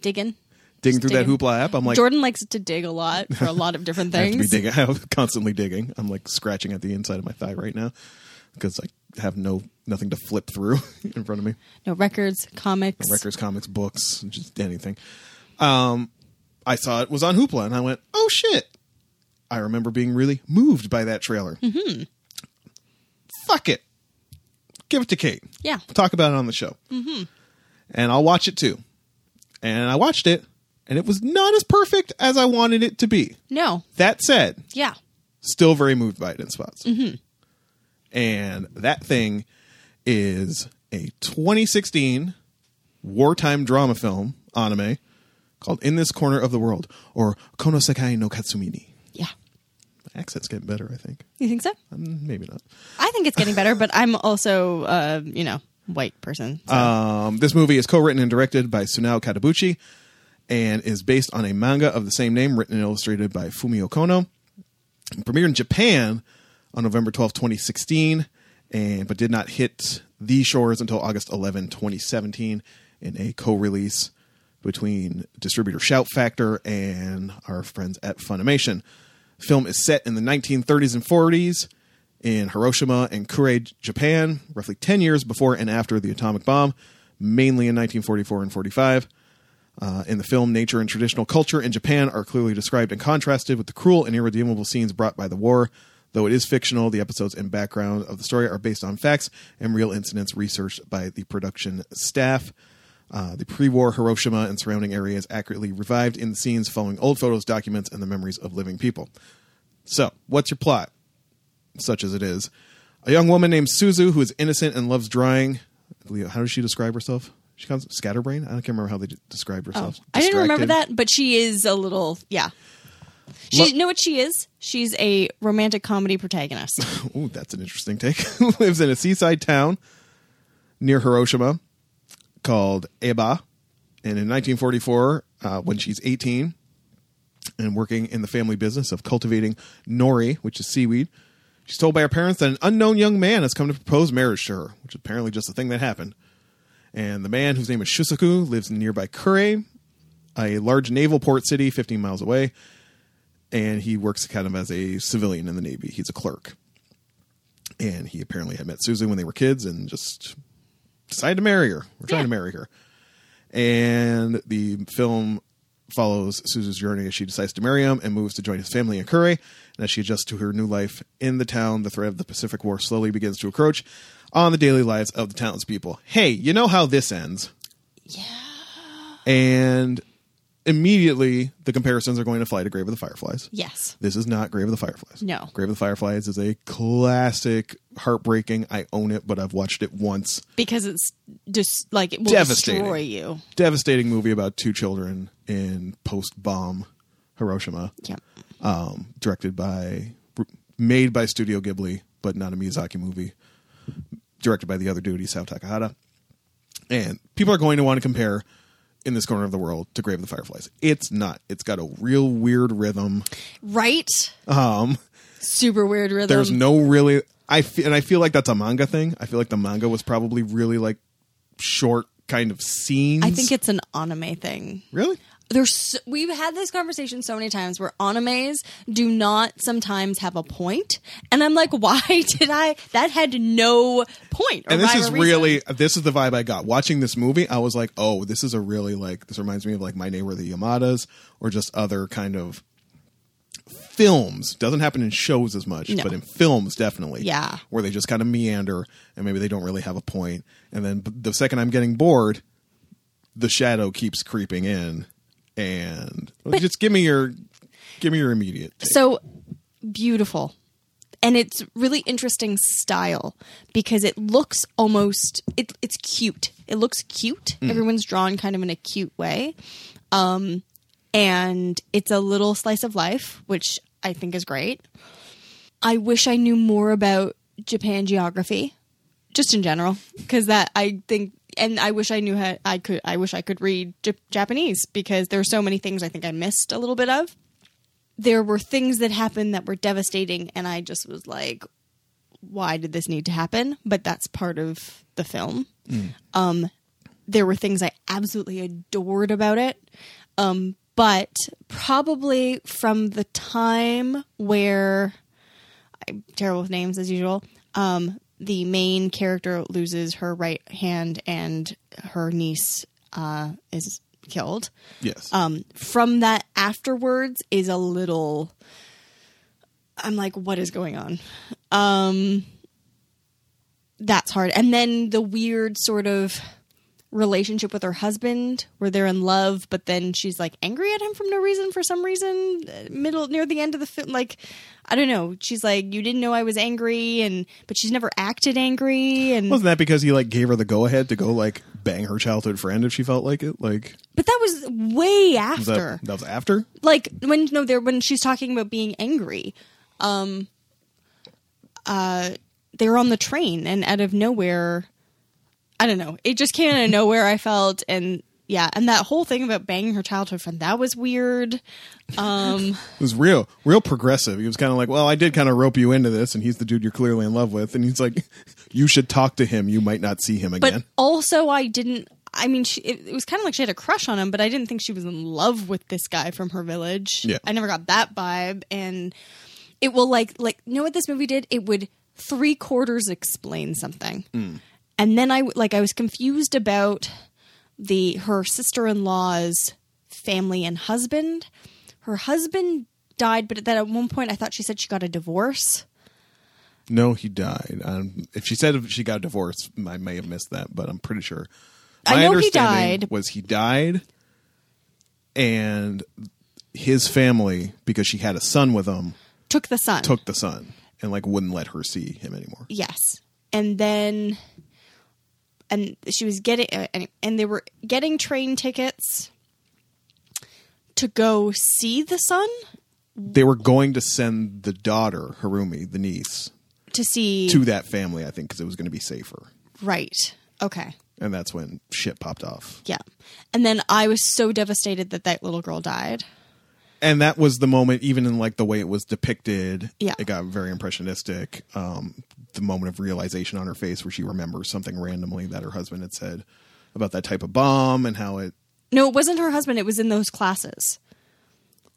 Digging.
digging through
digging.
that Hoopla app, I'm like,
Jordan likes to dig a lot for a lot of different
I have to be
things.
digging. I'm constantly digging. I'm like scratching at the inside of my thigh right now because I have no nothing to flip through in front of me.
no records, comics.
Records, comics, books, just anything. Um, I saw it was on Hoopla, and I went, "Oh shit!" I remember being really moved by that trailer. Mm-hmm. Fuck it, give it to Kate.
Yeah.
We'll talk about it on the show, mm-hmm. and I'll watch it too. And I watched it, and it was not as perfect as I wanted it to be.
No.
That said,
Yeah.
still very moved by it in spots. And that thing is a 2016 wartime drama film anime called In This Corner of the World or Konosekai no Katsumini.
Yeah.
My accent's getting better, I think.
You think so?
Mm, Maybe not.
I think it's getting better, but I'm also, uh, you know, white person. so-
Um, this movie is co-written and directed by Sunao Katabuchi and is based on a manga of the same name written and illustrated by Fumio Kono. It premiered in Japan on November 12, 2016, and but did not hit the shores until August 11, 2017 in a co-release between distributor Shout Factor and our friends at Funimation. Film is set in the 1930s and 40s in Hiroshima and Kure, Japan, roughly 10 years before and after the atomic bomb, mainly in 1944 and 45. Uh, in the film, nature and traditional culture in Japan are clearly described and contrasted with the cruel and irredeemable scenes brought by the war. Though it is fictional, the episodes and background of the story are based on facts and real incidents researched by the production staff. Uh, the pre war Hiroshima and surrounding areas accurately revived in the scenes following old photos, documents, and the memories of living people. So, what's your plot? Such as it is. A young woman named Suzu, who is innocent and loves drawing. Leo, how does she describe herself? She calls it scatterbrain? I don't remember how they de- described herself.
Oh, I didn't remember
Distracted.
that, but she is a little, yeah. She
Look-
know what she is? She's a romantic comedy protagonist.
Ooh, that's an interesting take. Lives in a seaside town near Hiroshima called Eba. And in 1944, uh, when she's 18 and working in the family business of cultivating nori, which is seaweed, she's told by her parents that an unknown young man has come to propose marriage to her, which is apparently just a thing that happened. And the man, whose name is Shusaku, lives in nearby Kure, a large naval port city 15 miles away, and he works kind of as a civilian in the Navy. He's a clerk and he apparently had met Susan when they were kids and just decided to marry her. We're trying
Yeah.
to marry her. And the film follows Susan's journey as she decides to marry him and moves to join his family in Curry. And as she adjusts to her new life in the town, the threat of the Pacific War slowly begins to encroach on the daily lives of the townspeople. Hey, you know how this ends. Yeah. And immediately the comparisons are going to fly to Grave of the Fireflies.
yes.
This is not Grave of the Fireflies.
No.
Grave of the Fireflies is a classic, heartbreaking. I own it, but I've watched it once.
Because it's just like it will
Devastating.
destroy you.
Devastating movie about two children in post bomb Hiroshima.
Yeah.
Um, directed by, made by Studio Ghibli, but not a Miyazaki movie. Directed by the other dude, Isao Takahata. And people are going to want to compare in this corner of the world to Grave of the Fireflies. It's not. It's got a real weird rhythm.
Right? Um super weird rhythm.
there's no really I feel, and I feel like that's a manga thing. I feel like the manga was probably really like short kind of scenes.
I think it's an anime thing.
really
there's so, we've had this conversation so many times where animes do not sometimes have a point, and I'm like, why did I? That had no point. Or
and this
rhyme
is
or reason.
really this is the vibe I got watching this movie. I was like, oh, this is a really like this reminds me of like My Neighbor the Yamadas or just other kind of films. Doesn't happen in shows as much,
No.
but in films definitely.
Yeah.
where they just kind of meander and maybe they don't really have a point. And then b- the second I'm getting bored, the shadow keeps creeping in, and just give me your give me your immediate. take.
so beautiful. And it's really interesting style because it looks almost it, it's cute. It looks cute. Everyone's drawn kind of in a cute way. Um and it's a little slice of life, which I think is great. I wish I knew more about Japan geography, just in general, because that I think, and I wish I knew how I could. I wish I could read J- Japanese because there are so many things I think I missed a little bit of. There were things that happened that were devastating, and I just was like, "Why did this need to happen?" But that's part of the film. Um, there were things I absolutely adored about it. Um, but probably from the time where I'm terrible with names as usual. Um, the main character loses her right hand and her niece uh, is killed.
yes,
Um, from that afterwards is a little. I'm like, what is going on? Um, that's hard. And then the weird sort of relationship with her husband, where they're in love, but then she's like angry at him for no reason, for some reason. uh, Middle near the end of the film, like I don't know. She's like, you didn't know I was angry, and but she's never acted angry, and
wasn't that because he like gave her the go ahead to go like bang her childhood friend if she felt like it? Like
but that was way
was
after.
that that was after?
like when no there when she's talking about being angry um uh they were on the train and out of nowhere i don't know it just came out of nowhere i felt and yeah and that whole thing about banging her childhood friend that was weird um
It was real, real progressive. He was kind of like, "Well, I did kind of rope you into this, and he's the dude you're clearly in love with." And he's like, "You should talk to him. You might not see him
but
again."
also i didn't i mean she, it, it was kind of like she had a crush on him but i didn't think she was in love with this guy from her village
Yeah.
i never got that vibe and it will like like you know what this movie did it would three quarters explain something and then i w- like i was confused about the her sister-in-law's family and husband her husband died but then at one point i thought she said she got a divorce
no, he died. Um, if she said she got divorced, I may have missed that, but I'm pretty sure.
I know he
understanding
died.
Was he died? And his family, because she had a son with him,
took the son
took the son and like wouldn't let her see him anymore.
Yes, and then, and she was getting, uh, and, and they were getting train tickets to go see the son
They were going to send the daughter, Harumi, the niece,
to see
to that family, I think, because it was going to be safer.
right. Okay,
And that's when shit popped off.
yeah, and then I was so devastated that that little girl died.
And that was the moment, even in like the way it was depicted.
Yeah.
It got very impressionistic. Um, the moment of realization on her face where she remembers something randomly that her husband had said about that type of bomb and how it
No, it wasn't her husband. It was in those classes.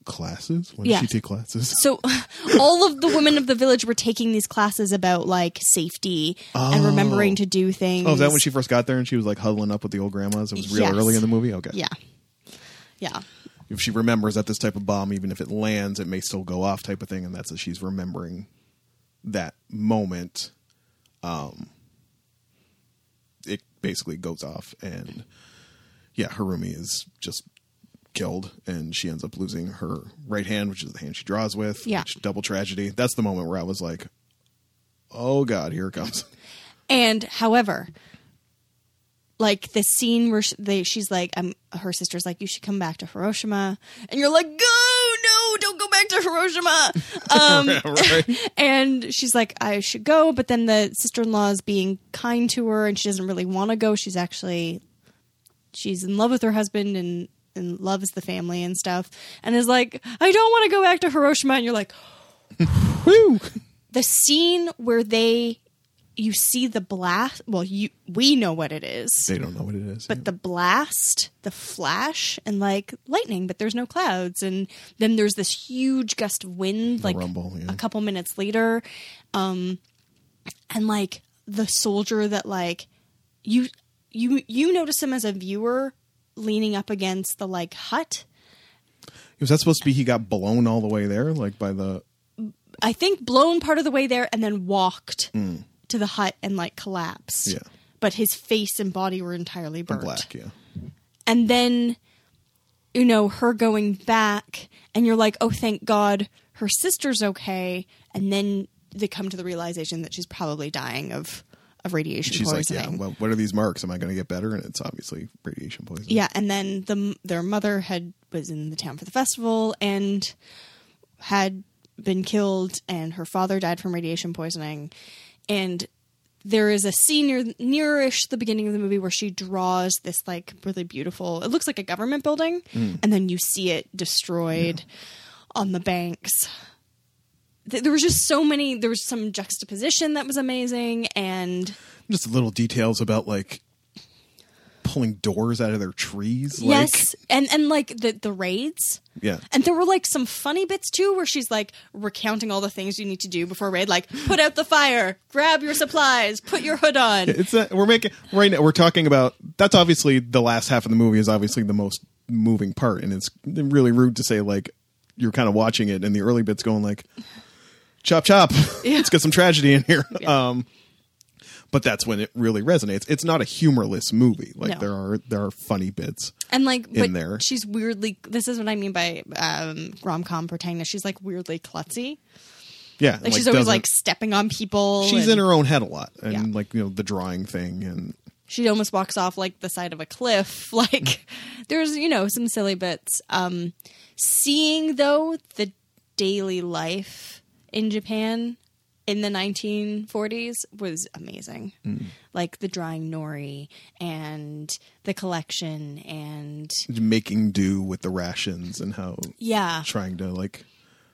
classes. When
Yeah.
did she take classes?
So all of the women of the village were taking these classes about like safety and remembering to do things.
Oh, is that when she first got there and she was like huddling up with the old grandmas? It was real
Yes.
early in the movie. Okay.
Yeah, yeah.
if she remembers that this type of bomb, even if it lands, it may still go off type of thing, and that's that she's remembering that moment. Um, it basically goes off, and yeah, Harumi is just killed, and she ends up losing her right hand, which is the hand she draws with.
Yeah.
which- double tragedy. That's the moment where I was like, "Oh God, here it comes."
And however, like the scene where sh they, she's like, um, her sister's like, you should come back to Hiroshima, and you're like, go, no, don't go back to Hiroshima. Um,
right?
and she's like, I should go, but then the sister in law is being kind to her, and she doesn't really want to go. She's actually, she's in love with her husband and and loves the family and stuff, and is like, I don't want to go back to Hiroshima, and you're like,
Whew.
the scene where they you see the blast. Well, you we know what it is,
They don't know what it is.
but the blast, the flash, and like lightning, but there's no clouds. And then there's this huge gust of wind, like
rumble, yeah.
a couple minutes later. Um, and like the soldier that like you you you notice him as a viewer leaning up against the like hut.
was that supposed to be he got blown all the way there, like by the
I think blown part of the way there and then walked to the hut and like collapsed.
Hmm. Yeah.
But his face and body were entirely burnt.
black? Yeah.
and then you know her going back and you're like oh thank god her sister's okay and then they come to the realization that she's probably dying of of radiation
She's like,
poisoning
yeah. Well, what are these marks? Am I going to get better? And it's obviously radiation poisoning.
Yeah, and then the their mother had was in the town for the festival and had been killed and her father died from radiation poisoning and there is a scene near, nearish the beginning of the movie where she draws this like really beautiful it looks like a government building and then you see it destroyed on the banks Th- there was just so many there was some juxtaposition that was amazing and
Just little details about like pulling doors out of their trees.
yes and and like the the raids
Like, yeah.
And there were like some funny bits too, where she's like recounting all the things you need to do before raid, like put out the fire, grab your supplies, put your hood on.
It's not, we're making right now. We're talking about that's obviously the last half of the movie is obviously the most moving part, and it's really rude to say like you're kind of watching it and the early bits going like chop chop. Let's get some tragedy in here.
Yeah.
Um, but that's when it really resonates. It's not a humorless movie. Like
No.
there are there are funny bits.
And like, but
in there.
she's weirdly. This is what I mean by um, rom com protagonist. She's like weirdly klutzy.
Yeah,
Like, she's always
doesn't-
like stepping on people.
she's
and
in her own head a lot, and
Yeah.
like you know the drawing thing and
She almost walks off like the side of a cliff. Like there's you know some silly bits. Um, seeing though the daily life in Japan in the 1940s was amazing. Like the drawing nori and the collection and
making do with the rations and how
yeah,
trying to like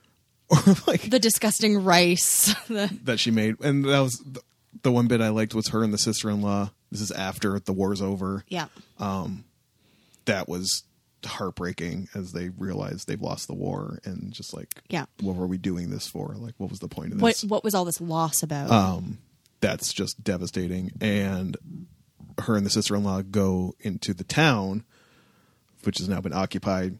or like
the disgusting rice. the,
that she made, and that was the, the one bit I liked was her and the sister in law. This is after the war's over.
yeah.
That was heartbreaking as they realized they've lost the war and just like,
Yeah.
what were we doing this for? Like, what was the point of
What
this?
what was all this loss about?
That's just devastating. And her and the sister in law go into the town, which has now been occupied.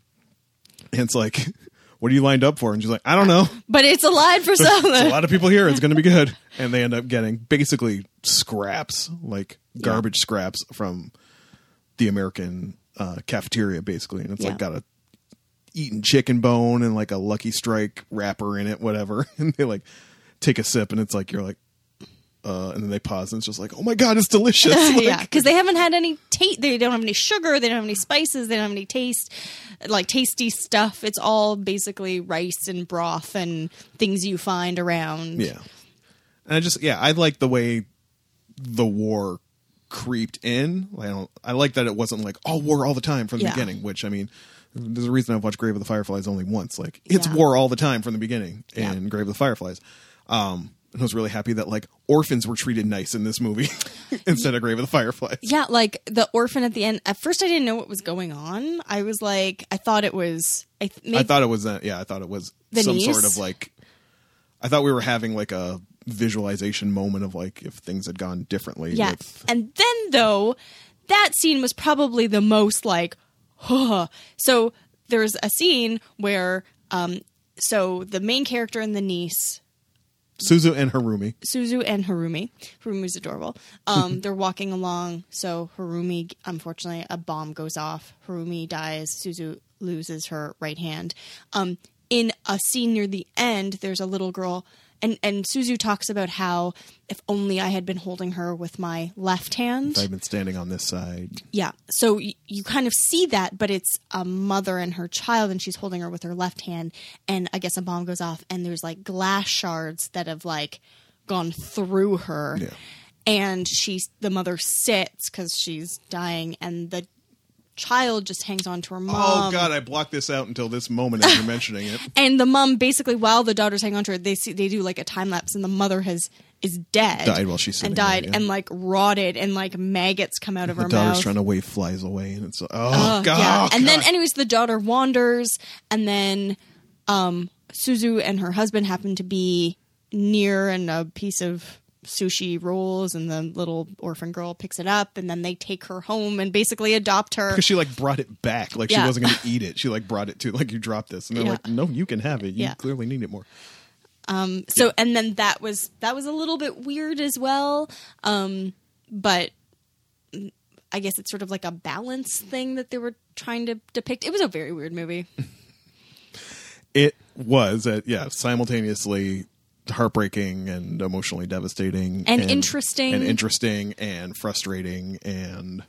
And it's like, what are you lined up for? And she's like, I don't know.
but it's alive for
There's a
some.
lot of people here. It's going to be good. And they end up getting basically scraps, like garbage scraps from the American uh, cafeteria, basically. And it's
Yeah.
like got a eaten chicken bone and like a Lucky Strike wrapper in it, whatever. And they like take a sip, and it's like you're like, uh, and then they pause, and it's just like, oh my god, it's delicious. Like,
yeah, because they haven't had any taste. They don't have any sugar. They don't have any spices. They don't have any taste, like tasty stuff. It's all basically rice and broth and things you find around.
Yeah. And I just yeah, I like the way the war creeped in. I don't I like that it wasn't like all war all the time from the
Yeah.
beginning, which I mean there's a reason I've watched Grave of the Fireflies only once. Like it's
Yeah.
war all the time from the beginning
Yeah.
in Grave of the Fireflies. Um and I was really happy that like orphans were treated nice in this movie instead of Grave of the Fireflies.
Yeah, like the orphan at the end. At first, I didn't know what was going on. I was like, I thought it was. I, th-
I
maybe-
thought it was that. Yeah, I thought it was
The
some
niece?
sort of like. I thought we were having like a visualization moment of like if things had gone differently.
Yeah.
with-
And then though, that scene was probably the most like, huh. So there's a scene where, um, so the main character and the niece
Suzu and Harumi.
Suzu and Harumi. Harumu's adorable. Um, they're walking along. So Harumi, unfortunately, a bomb goes off. Harumi dies. Suzu loses her right hand. Um, in a scene near the end, there's a little girl, and and Suzu talks about how if only I had been holding her with my left hand.
I've been standing on this side.
Yeah. So y- you kind of see that, but it's a mother and her child, and she's holding her with her left hand. And I guess a bomb goes off, and there's like glass shards that have like gone through her.
Yeah.
And she's the mother sits because she's dying, and the child just hangs on to her mom.
Oh God, I blocked this out until this moment as you're mentioning it.
And the mom basically, while the daughters hang on to her, they see, they do like a time lapse, and the mother has is dead,
Died while she's sitting
and died,
there, yeah.
and like rotted, and like maggots come out of
The
her
daughter's
mouth.
trying to wave flies away, and it's oh
Oh,
god.
yeah.
oh,
And then,
God.
anyways, the daughter wanders, and then um, Suzu and her husband happen to be near, and a piece of sushi rolls, and the little orphan girl picks it up, and then they take her home and basically adopt her.
Because she like brought it back, like she
Yeah.
wasn't going to eat it. She like brought it to like you dropped this, and they're
Yeah.
like, "No, you can have it. You
Yeah.
clearly need it more."
so and then that was that was a little bit weird as well um but mm, i guess it's sort of like a balance thing that they were trying to depict it was a very weird movie
It was, uh, yeah, simultaneously heartbreaking and emotionally devastating,
And interesting.
and interesting, and frustrating, and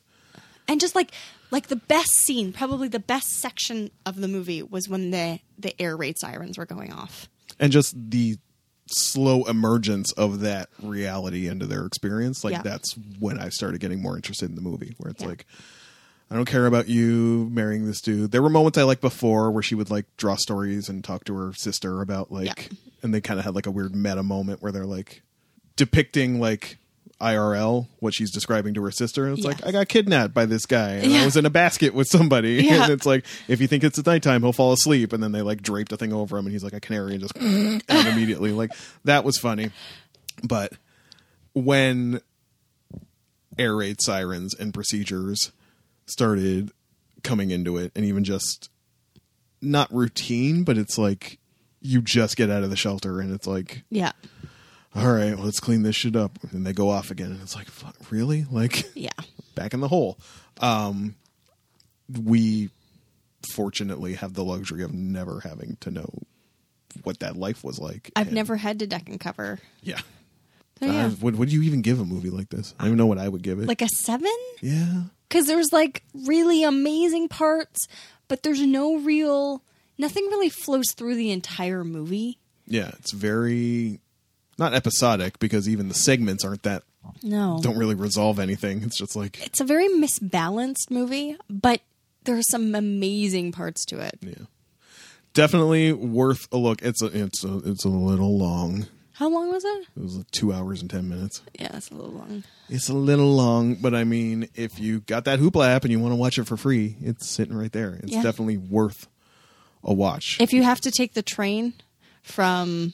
and just like like the best scene probably the best section of the movie was when the the air raid sirens were going off
and just the slow emergence of that reality into their experience. Like
Yeah.
that's when I started getting more interested in the movie, where it's
Yeah.
like. I don't care about you marrying this dude. There were moments I liked before where she would like draw stories and talk to her sister about like,
Yeah.
and they kind of had like a weird meta moment where they're like depicting like IRL what she's describing to her sister. It's
Yeah.
like I got kidnapped by this guy and I
Yeah.
was in a basket with somebody,
Yeah.
and it's like if you think it's at nighttime, he'll fall asleep, and then they like draped a thing over him, and he's like a canary and just out immediately. Like that was funny, but when air raid sirens and procedures started coming into it and even just not routine but it's like you just get out of the shelter and it's like
yeah
all right well, let's clean this shit up and they go off again and it's like fuck, really like
yeah
back in the hole um we fortunately have the luxury of never having to know what that life was like
i've
And-
never had to deck and cover
yeah,
so, Oh, yeah.
Uh, what, what do you even give a movie like this i don't even know what i would give it
like a seven
yeah
because there's like really amazing parts, but there's no real nothing really flows through the entire movie.
Yeah, it's very not episodic because even the segments aren't that
No,
don't really resolve anything. It's just like
it's a very misbalanced movie, but there are some amazing parts to it.
yeah. Definitely worth a look. It's a, it's a, it's a little long.
How long was it?
It was 2 hours and 10 minutes.
Yeah, it's a little long.
It's a little long, but I mean, if you got that Hoopla app and you want to watch it for free, it's sitting right there. It's
Yeah.
definitely worth a watch.
If you have to take the train from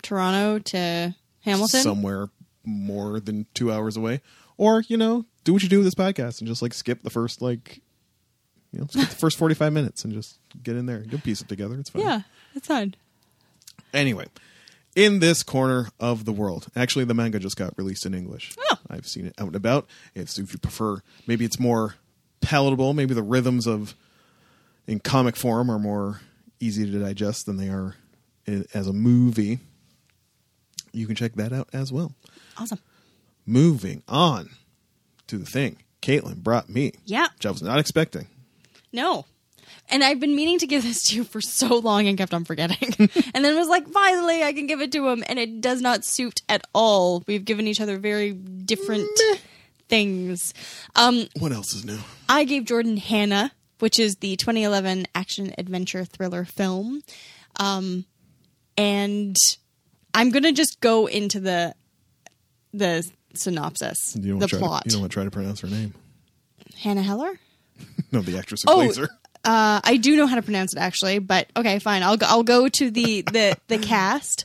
Toronto to Hamilton,
somewhere more than two hours away. Or, you know, do what you do with this podcast and just like skip the first like you know, skip the first forty five minutes and just get in there. You'll piece it together. It's fine.
yeah, it's fine.
Anyway. In this corner of the world. Actually the manga just got released in English.
Oh.
I've seen it out and about. It's if you prefer maybe it's more palatable, maybe the rhythms of in comic form are more easy to digest than they are i- as a movie. You can check that out as well
Awesome.
moving on to the thing Caitlin brought me.
Yeah.
Which I was not expecting.
No. And I've been meaning to give this to you for so long and kept on forgetting. and then was like, finally, I can give it to him. And it does not suit at all. We've given each other very different things. Um,
What else is new?
I gave Jordan Hannah, which is the 2011 action adventure thriller film. Um, and I'm going to just go into the the synopsis,
You don't
the
try
plot.
To, you don't want to try to pronounce her name.
Hannah Heller?
No, the actress who
Oh,
plays her.
Uh, I do know how to pronounce it actually, but okay, fine. I'll go, I'll go to the the the cast.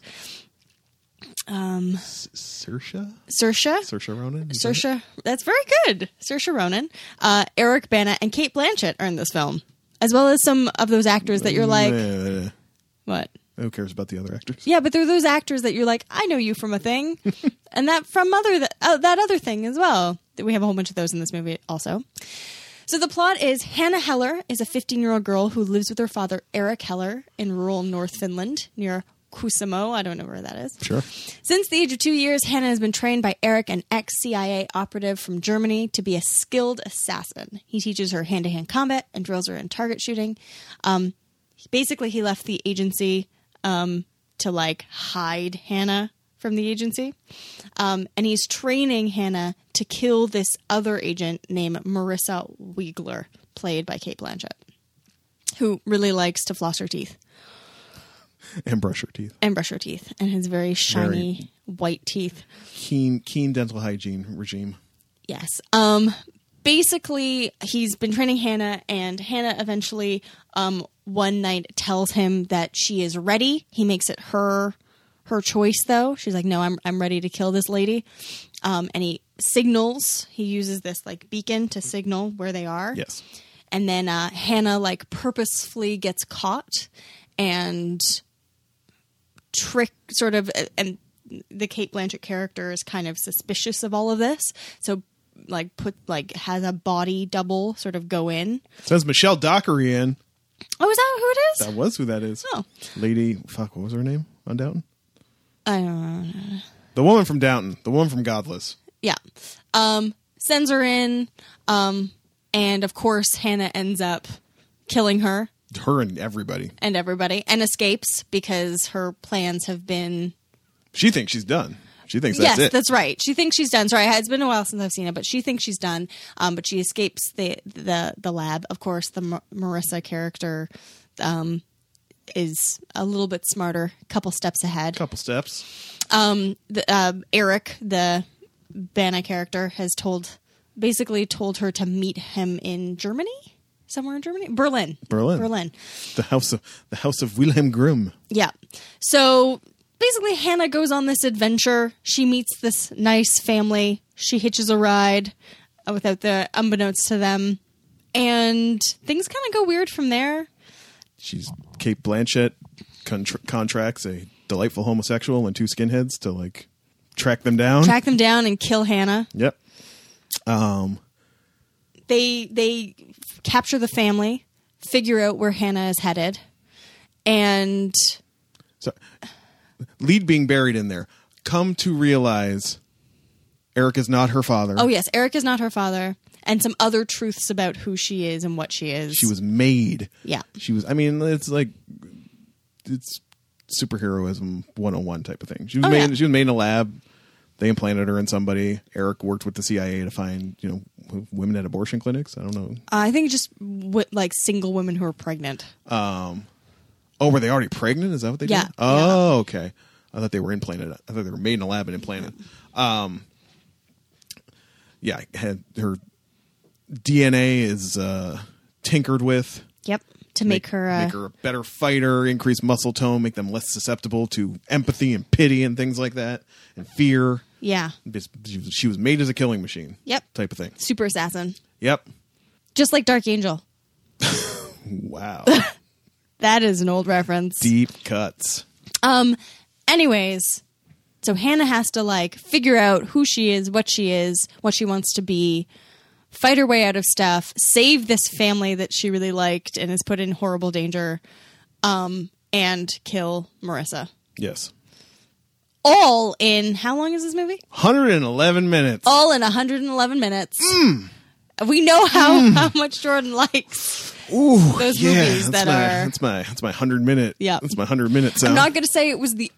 Sersha?
Saoirse,
Sersha Ronan? Is that it?
Saoirse. That's very good. Saoirse Ronan, uh, Eric Bana, and Kate Blanchett are in this film, as well as some of those actors that you're like,
Nah, nah, nah.
what?
Who cares about the other actors?
Yeah, but they're those actors that you're like, I know you from a thing, and that from other th- uh, that other thing as well. We have a whole bunch of those in this movie also. So the plot is Hannah Heller is a 15 year old girl who lives with her father Eric Heller in rural North Finland near Kusamo. I don't know where that is.
Sure.
Since the age of two years, Hannah has been trained by Eric, an ex CIA operative from Germany, to be a skilled assassin. He teaches her hand to hand combat and drills her in target shooting. Um, basically, he left the agency um, to like hide Hannah from the agency. Um, and he's training Hannah to kill this other agent named Marissa Wiegler. played by Kate Blanchett, who really likes to floss her teeth
and brush your teeth.
and brush her teeth and has very shiny white teeth.
Keen, keen dental hygiene regime.
Yes. Um basically he's been training Hannah and Hannah eventually um one night tells him that she is ready. He makes it her her choice though. She's like, "No, I'm I'm ready to kill this lady." Um and he signals, he uses this like beacon to signal where they are.
Yes.
And then uh Hannah like purposefully gets caught and trick sort of and the Kate Blanchett character is kind of suspicious of all of this. So like put like has a body double sort of go in.
Says Michelle Dockery in.
Oh, is that who it is?
That was who that is.
Oh.
Lady, fuck, what was her name on Downton?
I don't know.
The woman from Downton. The woman from Godless.
Oh, uh, Yeah. Um sends her in um and of course Hannah ends up killing her
Her and everybody.
and everybody and escapes because her plans have been
She thinks she's done. She thinks that's
yes,
it.
that's right. She thinks she's done. Sorry, it's been a while since I've seen it, but she thinks she's done. Um, but she escapes the the the lab. Of course, the Mar- Marissa character um, is a little bit smarter, couple steps ahead.
Couple steps.
Um, the, uh, Eric, the Banna character, has told basically told her to meet him in Germany, somewhere in Germany, Berlin,
Berlin.
Berlin.
The house of the house of Wilhelm Grimm.
Yeah. So basically, Hannah goes on this adventure. She meets this nice family. She hitches a ride uh, without the unbeknownst to them. And things kind of go weird from there.
She's Kate Blanchett contr contracts a delightful homosexual and two skinheads to like track them down.
Track them down and kill Hannah.
yep.
They they capture the family, figure out where Hannah is headed, and
So, lead being buried in there. Come to realize Eric is not her father.
oh yes, Eric is not her father, and some other truths about who she is and what she is.
She was made.
Yeah.
She was, I mean, it's like, it's superheroism 101 type of thing. She was,
Oh,
made,
yeah.
she was made in a lab. They implanted her in somebody. Eric worked with the CIA to find, you know, w- women at abortion clinics. I don't know.
I think just wi- like single women who are pregnant.
Uh, Oh, were they already pregnant? Is that what they
Yeah.
did? Oh, okay. I thought they were implanted. I thought they were made in a lab and implanted. Um, yeah, had her DNA is uh, tinkered with.
Yep. To make, her, uh,
make her a better fighter, increase muscle tone, make them less susceptible to empathy and pity and things like that, and fear.
yeah,
Just- She was- she was made as a killing machine.
Yep.
Type of thing.
super assassin,
Yep.
just like Dark Angel.
Wow.
That is an old reference.
Deep cuts.
Um, anyways, so Hannah has to like figure out who she is, what she is, what she wants to be, fight her way out of stuff, save this family that she really liked and is put in horrible danger, um, and kill Marissa.
Yes.
All in how long is this movie?
111 minutes.
All in 111 minutes. We know how, how much Jordan likes.
Ooh,
those
yeah,
movies
that's
that
my,
are-
that's my that's my hundred minute
Yeah.
that's my hundred minute sound.
I'm not going to say it was the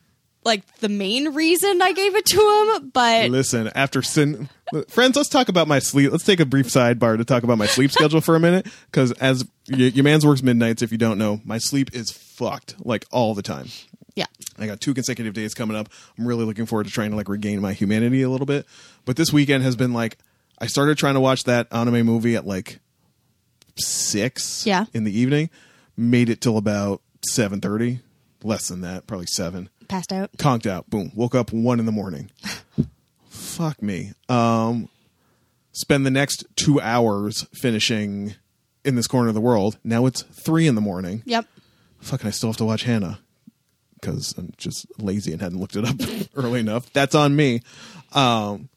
like the main reason I gave it to him, but
Listen, after sin, friends, let's talk about my sleep. Let's take a brief sidebar to talk about my sleep schedule for a minute, because as y- your man's works midnights, if you don't know, my sleep is fucked like all the time.
yeah,
I got two consecutive days coming up. I'm really looking forward to trying to like regain my humanity a little bit. But this weekend has been like I started trying to watch that anime movie at like six
Yeah.
in the evening. Made it till about seven thirty. Less than that, probably seven.
passed out.
Conked out. Boom. Woke up one in the morning. Fuck me. Um spend the next two hours finishing in this corner of the world. Now it's three in the morning
Yep.
fucking I still have to watch Hannah because I'm just lazy and hadn't looked it up early enough. That's on me. Um,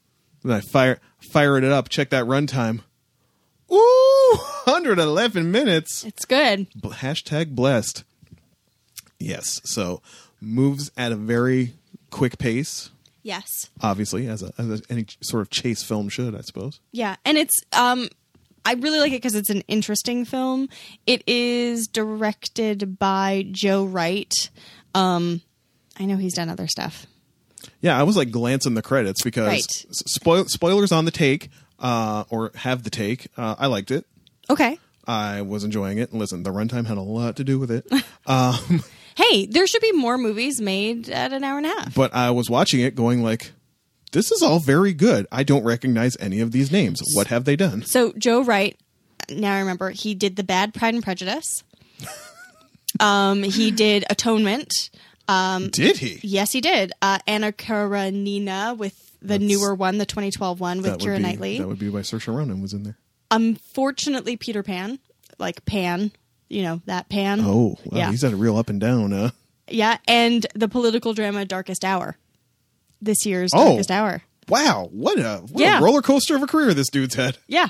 then I fire fired it up, check that runtime. Ooh, 111 minutes.
It's good.
B- hashtag blessed. Yes, so moves at a very quick pace,
Yes.
obviously, as, a, as a, any sort of chase film should, I suppose.
Yeah, and it's um I really like it cuz it's an interesting film. It is directed by Joe Wright. Um I know he's done other stuff.
Yeah, I was like glancing the credits because
Right.
s- spoil- spoilers on the take uh, or have the take. Uh, I liked it.
Okay.
I was enjoying it. And listen, the runtime had a lot to do with it.
Hey, there should be more movies made at an hour and a half.
but I was watching it going like, this is all very good. I don't recognize any of these names. What have they done?
So Joe Wright, now I remember, he did the bad Pride and Prejudice. um, he did Atonement. Um,
Did he?
Yes, he did. Uh, Anna Karenina with the newer one, the 2012 one with
That would,
Kira
be,
Knightley.
that would be why Saoirse Ronan was in there.
Unfortunately, Peter Pan, like Pan, you know that Pan.
Oh, wow,
yeah,
he's had a real up and down. Uh,
yeah, and the political drama Darkest Hour, this year's
Oh.
Darkest Hour.
wow, what a what
Yeah.
a roller coaster of a career this dude's had.
Yeah,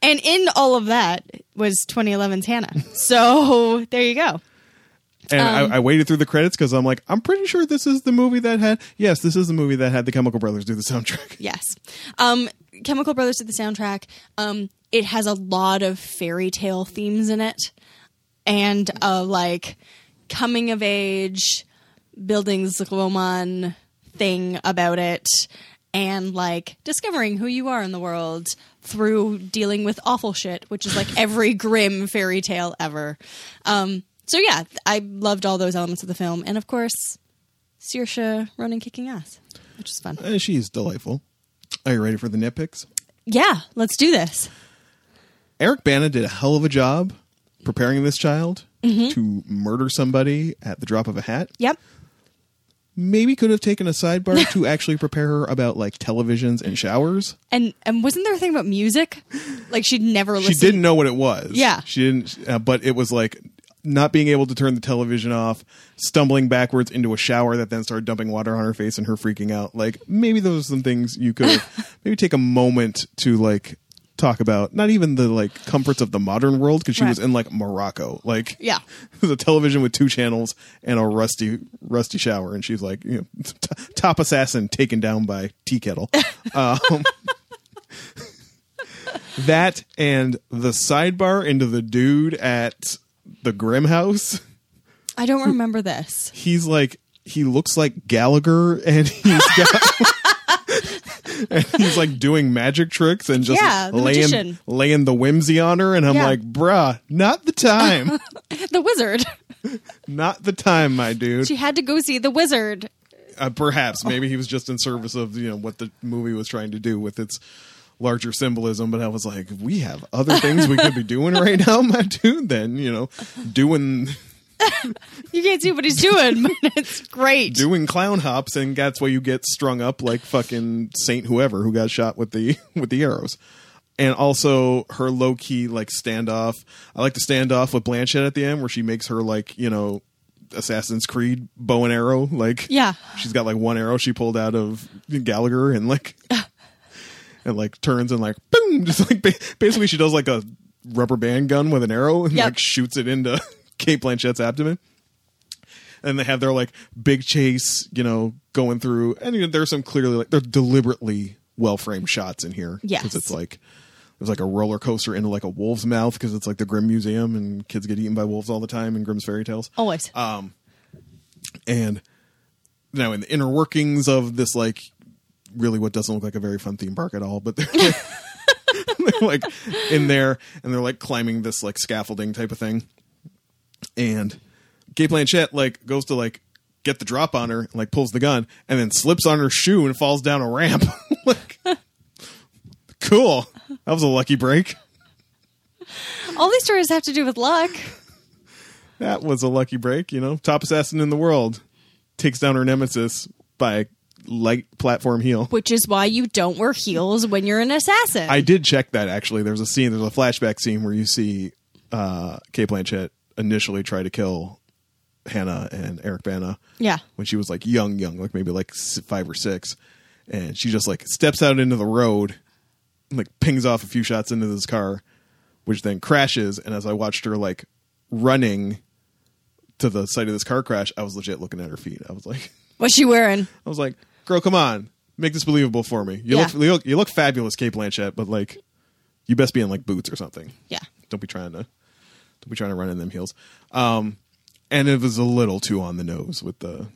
and in all of that was 2011's Hannah. So there you go.
And
Um,
I, I waited through the credits because I'm like, I'm pretty sure this is the movie that had. Yes, this is the movie that had the Chemical Brothers do the soundtrack.
Yes. Um, Chemical Brothers did the soundtrack. Um, it has a lot of fairy tale themes in it, and uh, like coming of age, building the woman thing about it, and like discovering who you are in the world through dealing with awful shit, which is like every grim fairy tale ever. Um, so yeah, I loved all those elements of the film, and of course, Saoirse Ronan kicking ass, which is fun.
And Eh, she's delightful. Are you ready for the nitpicks?
Yeah, let's do this.
Eric Bana did a hell of a job preparing this child
Mm-hmm.
to murder somebody at the drop of a hat.
Yep.
Maybe could have taken a sidebar to actually prepare her about like televisions and showers.
And and wasn't there a thing about music? Like she'd never listen.
She didn't know what it was.
Yeah.
She didn't, uh, but it was like not being able to turn the television off, stumbling backwards into a shower that then started dumping water on her face and her freaking out. Like maybe those are some things you could maybe take a moment to like talk about. Not even the like comforts of the modern world because she was
Right.
in like Morocco. Like
Yeah.
the television with two channels and a rusty rusty shower and she's like, you know, t- top assassin taken down by tea kettle. That and the sidebar into the dude at the Grim House.
I don't remember this.
He's like he looks like Gallagher and he's got and he's like doing magic tricks and just
Yeah, the
laying
magician.
laying the whimsy on her and I'm
Yeah.
like, "Bruh, not the time.
The wizard.
not the time, my dude."
She had to go see the wizard.
Uh, perhaps maybe he was just in service of, you know, what the movie was trying to do with its larger symbolism, but I was like, "We have other things we could be doing right now, my dude, than, you know, doing
You can't see what he's doing, but it's great.
doing clown hops, and that's why you get strung up like fucking Saint whoever who got shot with the with the arrows. And also her low key like standoff. I like the standoff with Blanchett at the end where she makes her like you know Assassin's Creed bow and arrow like
Yeah.
she's got like one arrow she pulled out of Gallagher and like and like turns and like boom just like ba- basically she does like a rubber band gun with an arrow and
Yep.
like shoots it into Kate Blanchett's abdomen and they have their like big chase, you know, going through. And you know, there's some clearly like they're deliberately well framed shots in here.
Yes.
because it's like there's like a roller coaster into like a wolf's mouth because it's like the Grimm Museum and kids get eaten by wolves all the time in Grimm's fairy tales.
Always.
Um, And now in the inner workings of this like really what doesn't look like a very fun theme park at all, but they're like, they're like in there and they're like climbing this like scaffolding type of thing. And Gay Blanchett like goes to like get the drop on her and like pulls the gun and then slips on her shoe and falls down a ramp. like cool. That was a lucky break.
All these stories have to do with luck.
That was a lucky break, you know. Top assassin in the world takes down her nemesis by light platform heel.
Which is why you don't wear heels when you're an assassin.
I did check that actually. There's a scene, there's a flashback scene where you see uh Kate Blanchett initially try to kill Hannah and Eric Bana.
Yeah.
When she was like young, young, like maybe like s- five or six. And she just like steps out into the road, and, like pings off a few shots into this car, which then crashes. And as I watched her like running to the site of this car crash, I was legit looking at her feet. I was like,
What's she wearing?
I was like, girl, come on, make this believable for me. You
Yeah.
look, you look, you look fabulous, Kate Blanchett, but like, you best be in like boots or something.
Yeah.
Don't be trying to, don't be trying to run in them heels. Um, and it was a little too on the nose with the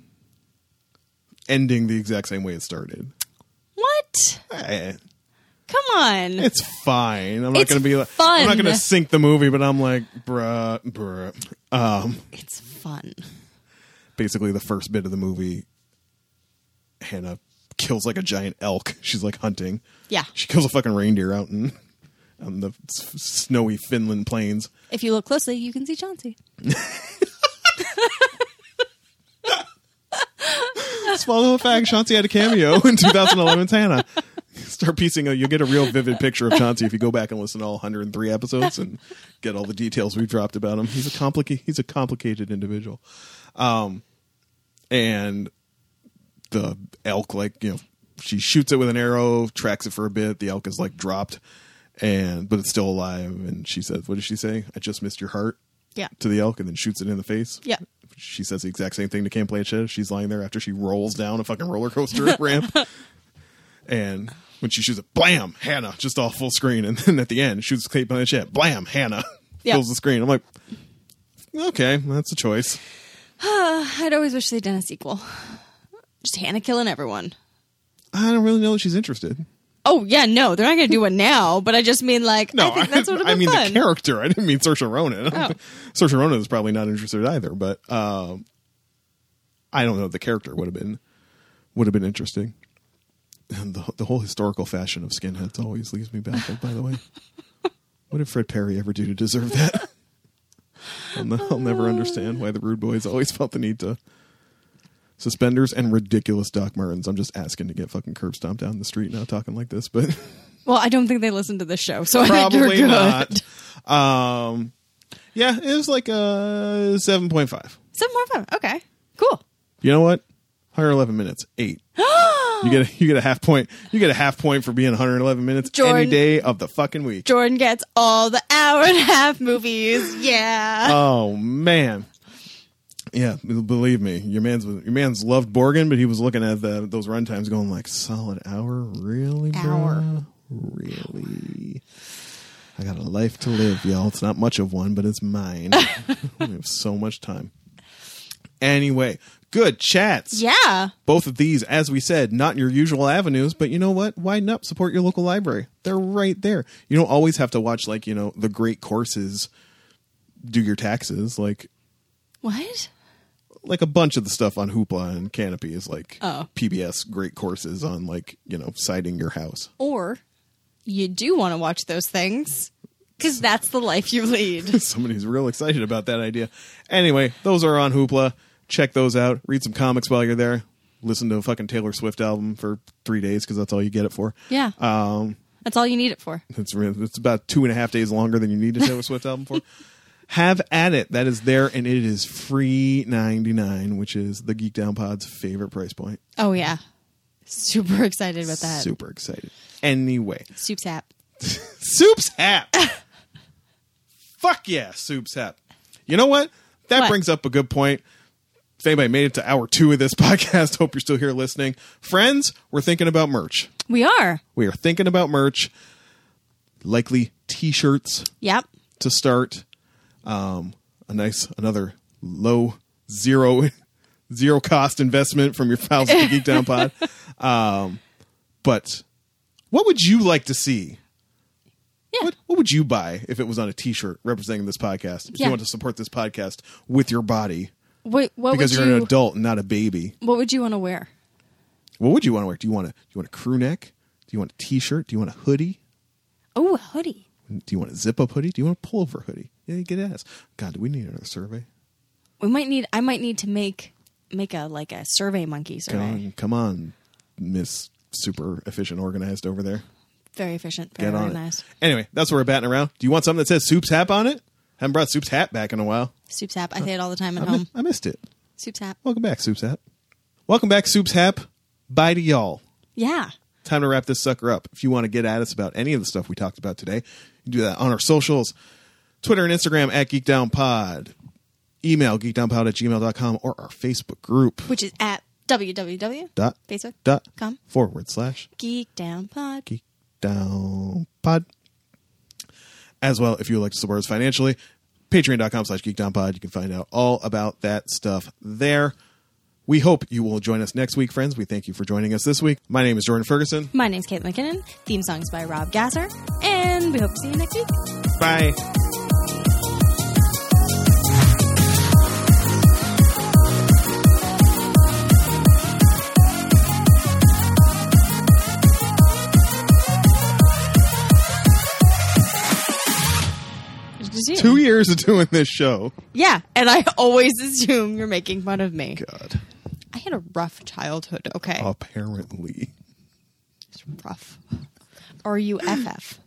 ending the exact same way it started.
What?
Eh.
Come on.
It's fine. I'm not
It's
gonna be like I'm not
fun.
gonna sink the movie, but I'm like, bruh, bruh. Um,
It's fun.
basically, the first bit of the movie, Hannah kills like a giant elk. She's like hunting.
Yeah.
she kills a fucking reindeer out in on the s- snowy Finland plains.
If you look closely, you can see Chauncey.
Swallow a fag. Chauncey had a cameo in 2011's Hannah. Start piecing. A, you'll get a real vivid picture of Chauncey if you go back and listen to all 103 episodes and get all the details we've dropped about him. He's a complicated. He's a complicated individual. Um, and the elk, like you know, she shoots it with an arrow, tracks it for a bit. The elk is like dropped, and but it's still alive. And she says, "What did she say? I just missed your heart."
Yeah.
To the elk, and then shoots it in the face
Yeah.
she says the exact same thing to Cam Blanchett. She's lying there after she rolls down a fucking roller coaster ramp. And when she shoots it, blam, Hannah, just all full screen. And then at the end, shoots Cam Blanchett, blam, Hannah,
Yeah.
fills the screen. I'm like, okay, that's a choice.
Uh, I'd always wish they'd done a sequel. Just Hannah killing everyone.
I don't really know that she's interested.
Oh yeah, no, they're not going to do one now. But I just mean like
No,
I think that's what
I mean
fun.
the character. I didn't mean Saoirse Ronan.
Oh.
Saoirse Ronan is probably not interested either. But um, I don't know. The character would have been would have been interesting. And the the whole historical fashion of skinheads always leaves me baffled. By the way, what did Fred Perry ever do to deserve that? I'll, ne- I'll
Oh.
never understand why the Rude Boys always felt the need to suspenders and ridiculous Doc Martens. I'm just asking to get fucking curb stomped down the street now, talking like this, but.
well, I don't think they listen to this show, so I think you're
probably
good.
not. Um, yeah, it was like a seven point five.
Some more fun. Okay, cool.
You know what? Hundred eleven minutes, eight. you get a, you get a half point. You get a half point for being one hundred eleven minutes any
Jordan.
day of the fucking week.
Jordan gets all the hour and a half movies. Yeah.
Oh man. Yeah, b- believe me, your man's your man's loved Borgen, but he was looking at the, those runtimes, going like, solid hour, really, bro?
Hour.
really. I got a life to live, y'all. It's not much of one, but it's mine. we have so much time. Anyway, good chats.
yeah.
Both of these, as we said, not your usual avenues, but you know what? Widen up, support your local library. They're right there. You don't always have to watch like, you know, the great courses do your taxes. Like
What?
like a bunch of the stuff on Hoopla and Canopy is like
Oh.
PBS great courses on like, you know, siding your house.
Or you do want to watch those things because that's the life you lead.
Somebody's real excited about that idea. Anyway, those are on Hoopla. Check those out. Read some comics while you're there. Listen to a fucking Taylor Swift album for three days because that's all you get it for.
Yeah. Um, that's all you need it for.
It's re- it's about two and a half days longer than you need a Taylor Swift album for. Have at it. That is there, and it is free ninety nine, which is the Geek Down Pod's favorite price point.
Oh yeah. Super excited about that.
Super excited. Anyway,
Soup sap.
Soup's app. Fuck yeah, Soup's app. You know what? That
What?
brings up a good point. If anybody made it to hour two of this podcast, hope you're still here listening. Friends, we're thinking about merch.
We are.
We are thinking about merch. Likely t shirts
Yep.
to start. Um, a nice another low zero zero cost investment from your pals at the Geek Down Pod. Um, but what would you like to see?
Yeah.
What what would you buy if it was on a T-shirt representing this podcast? If
Yeah.
you want to support this podcast with your body
What, what
because
would
you're
you,
an adult and not a baby,
What would you want to wear?
what would you want to wear? Do you want a do you want a crew neck? Do you want a T-shirt? Do you want a hoodie?
Oh, a hoodie.
Do you want a zip up hoodie? Do you want a pullover hoodie? Yeah, you get asked. God, do we need another survey?
We might need. I might need to make make a like a survey monkey
Come
survey.
on, come on, Miss Super Efficient Organized over there.
Very efficient. Very
Get on
organized.
it. Anyway, that's what we're batting around. Do you want something that says Soup's Hat on it? Haven't brought Soup's Hat back in a while.
Soup sap. I say it all the time at
I, mi-
home.
I missed it.
Soup sap.
Welcome back, Soup's Hat. Welcome back, Soup's Hap. Bye to y'all.
Yeah.
Time to wrap this sucker up. If you want to get at us about any of the stuff we talked about today, you can do that on our socials Twitter and Instagram at GeekDownPod, email geekdownpod at gmail.com, or our Facebook group.
Which is at www.
Dot,
Facebook
dot,
com.
forward slash
Geek Down Pod.
Geek Down Pod. As well, if you would like to support us financially, patreon.com slash geekdownpod. You can find out all about that stuff there. We hope you will join us next week, friends. We thank you for joining us this week. My name is Jordan Ferguson.
My name's Kate McKinnon. Theme songs by Rob Gasser, and we hope to see you next week.
Bye. Two years of doing this show.
Yeah, and I always assume you're making fun of me.
God.
I had a rough
Oh.
childhood. Okay,
Apparently.
it's rough. R U F F.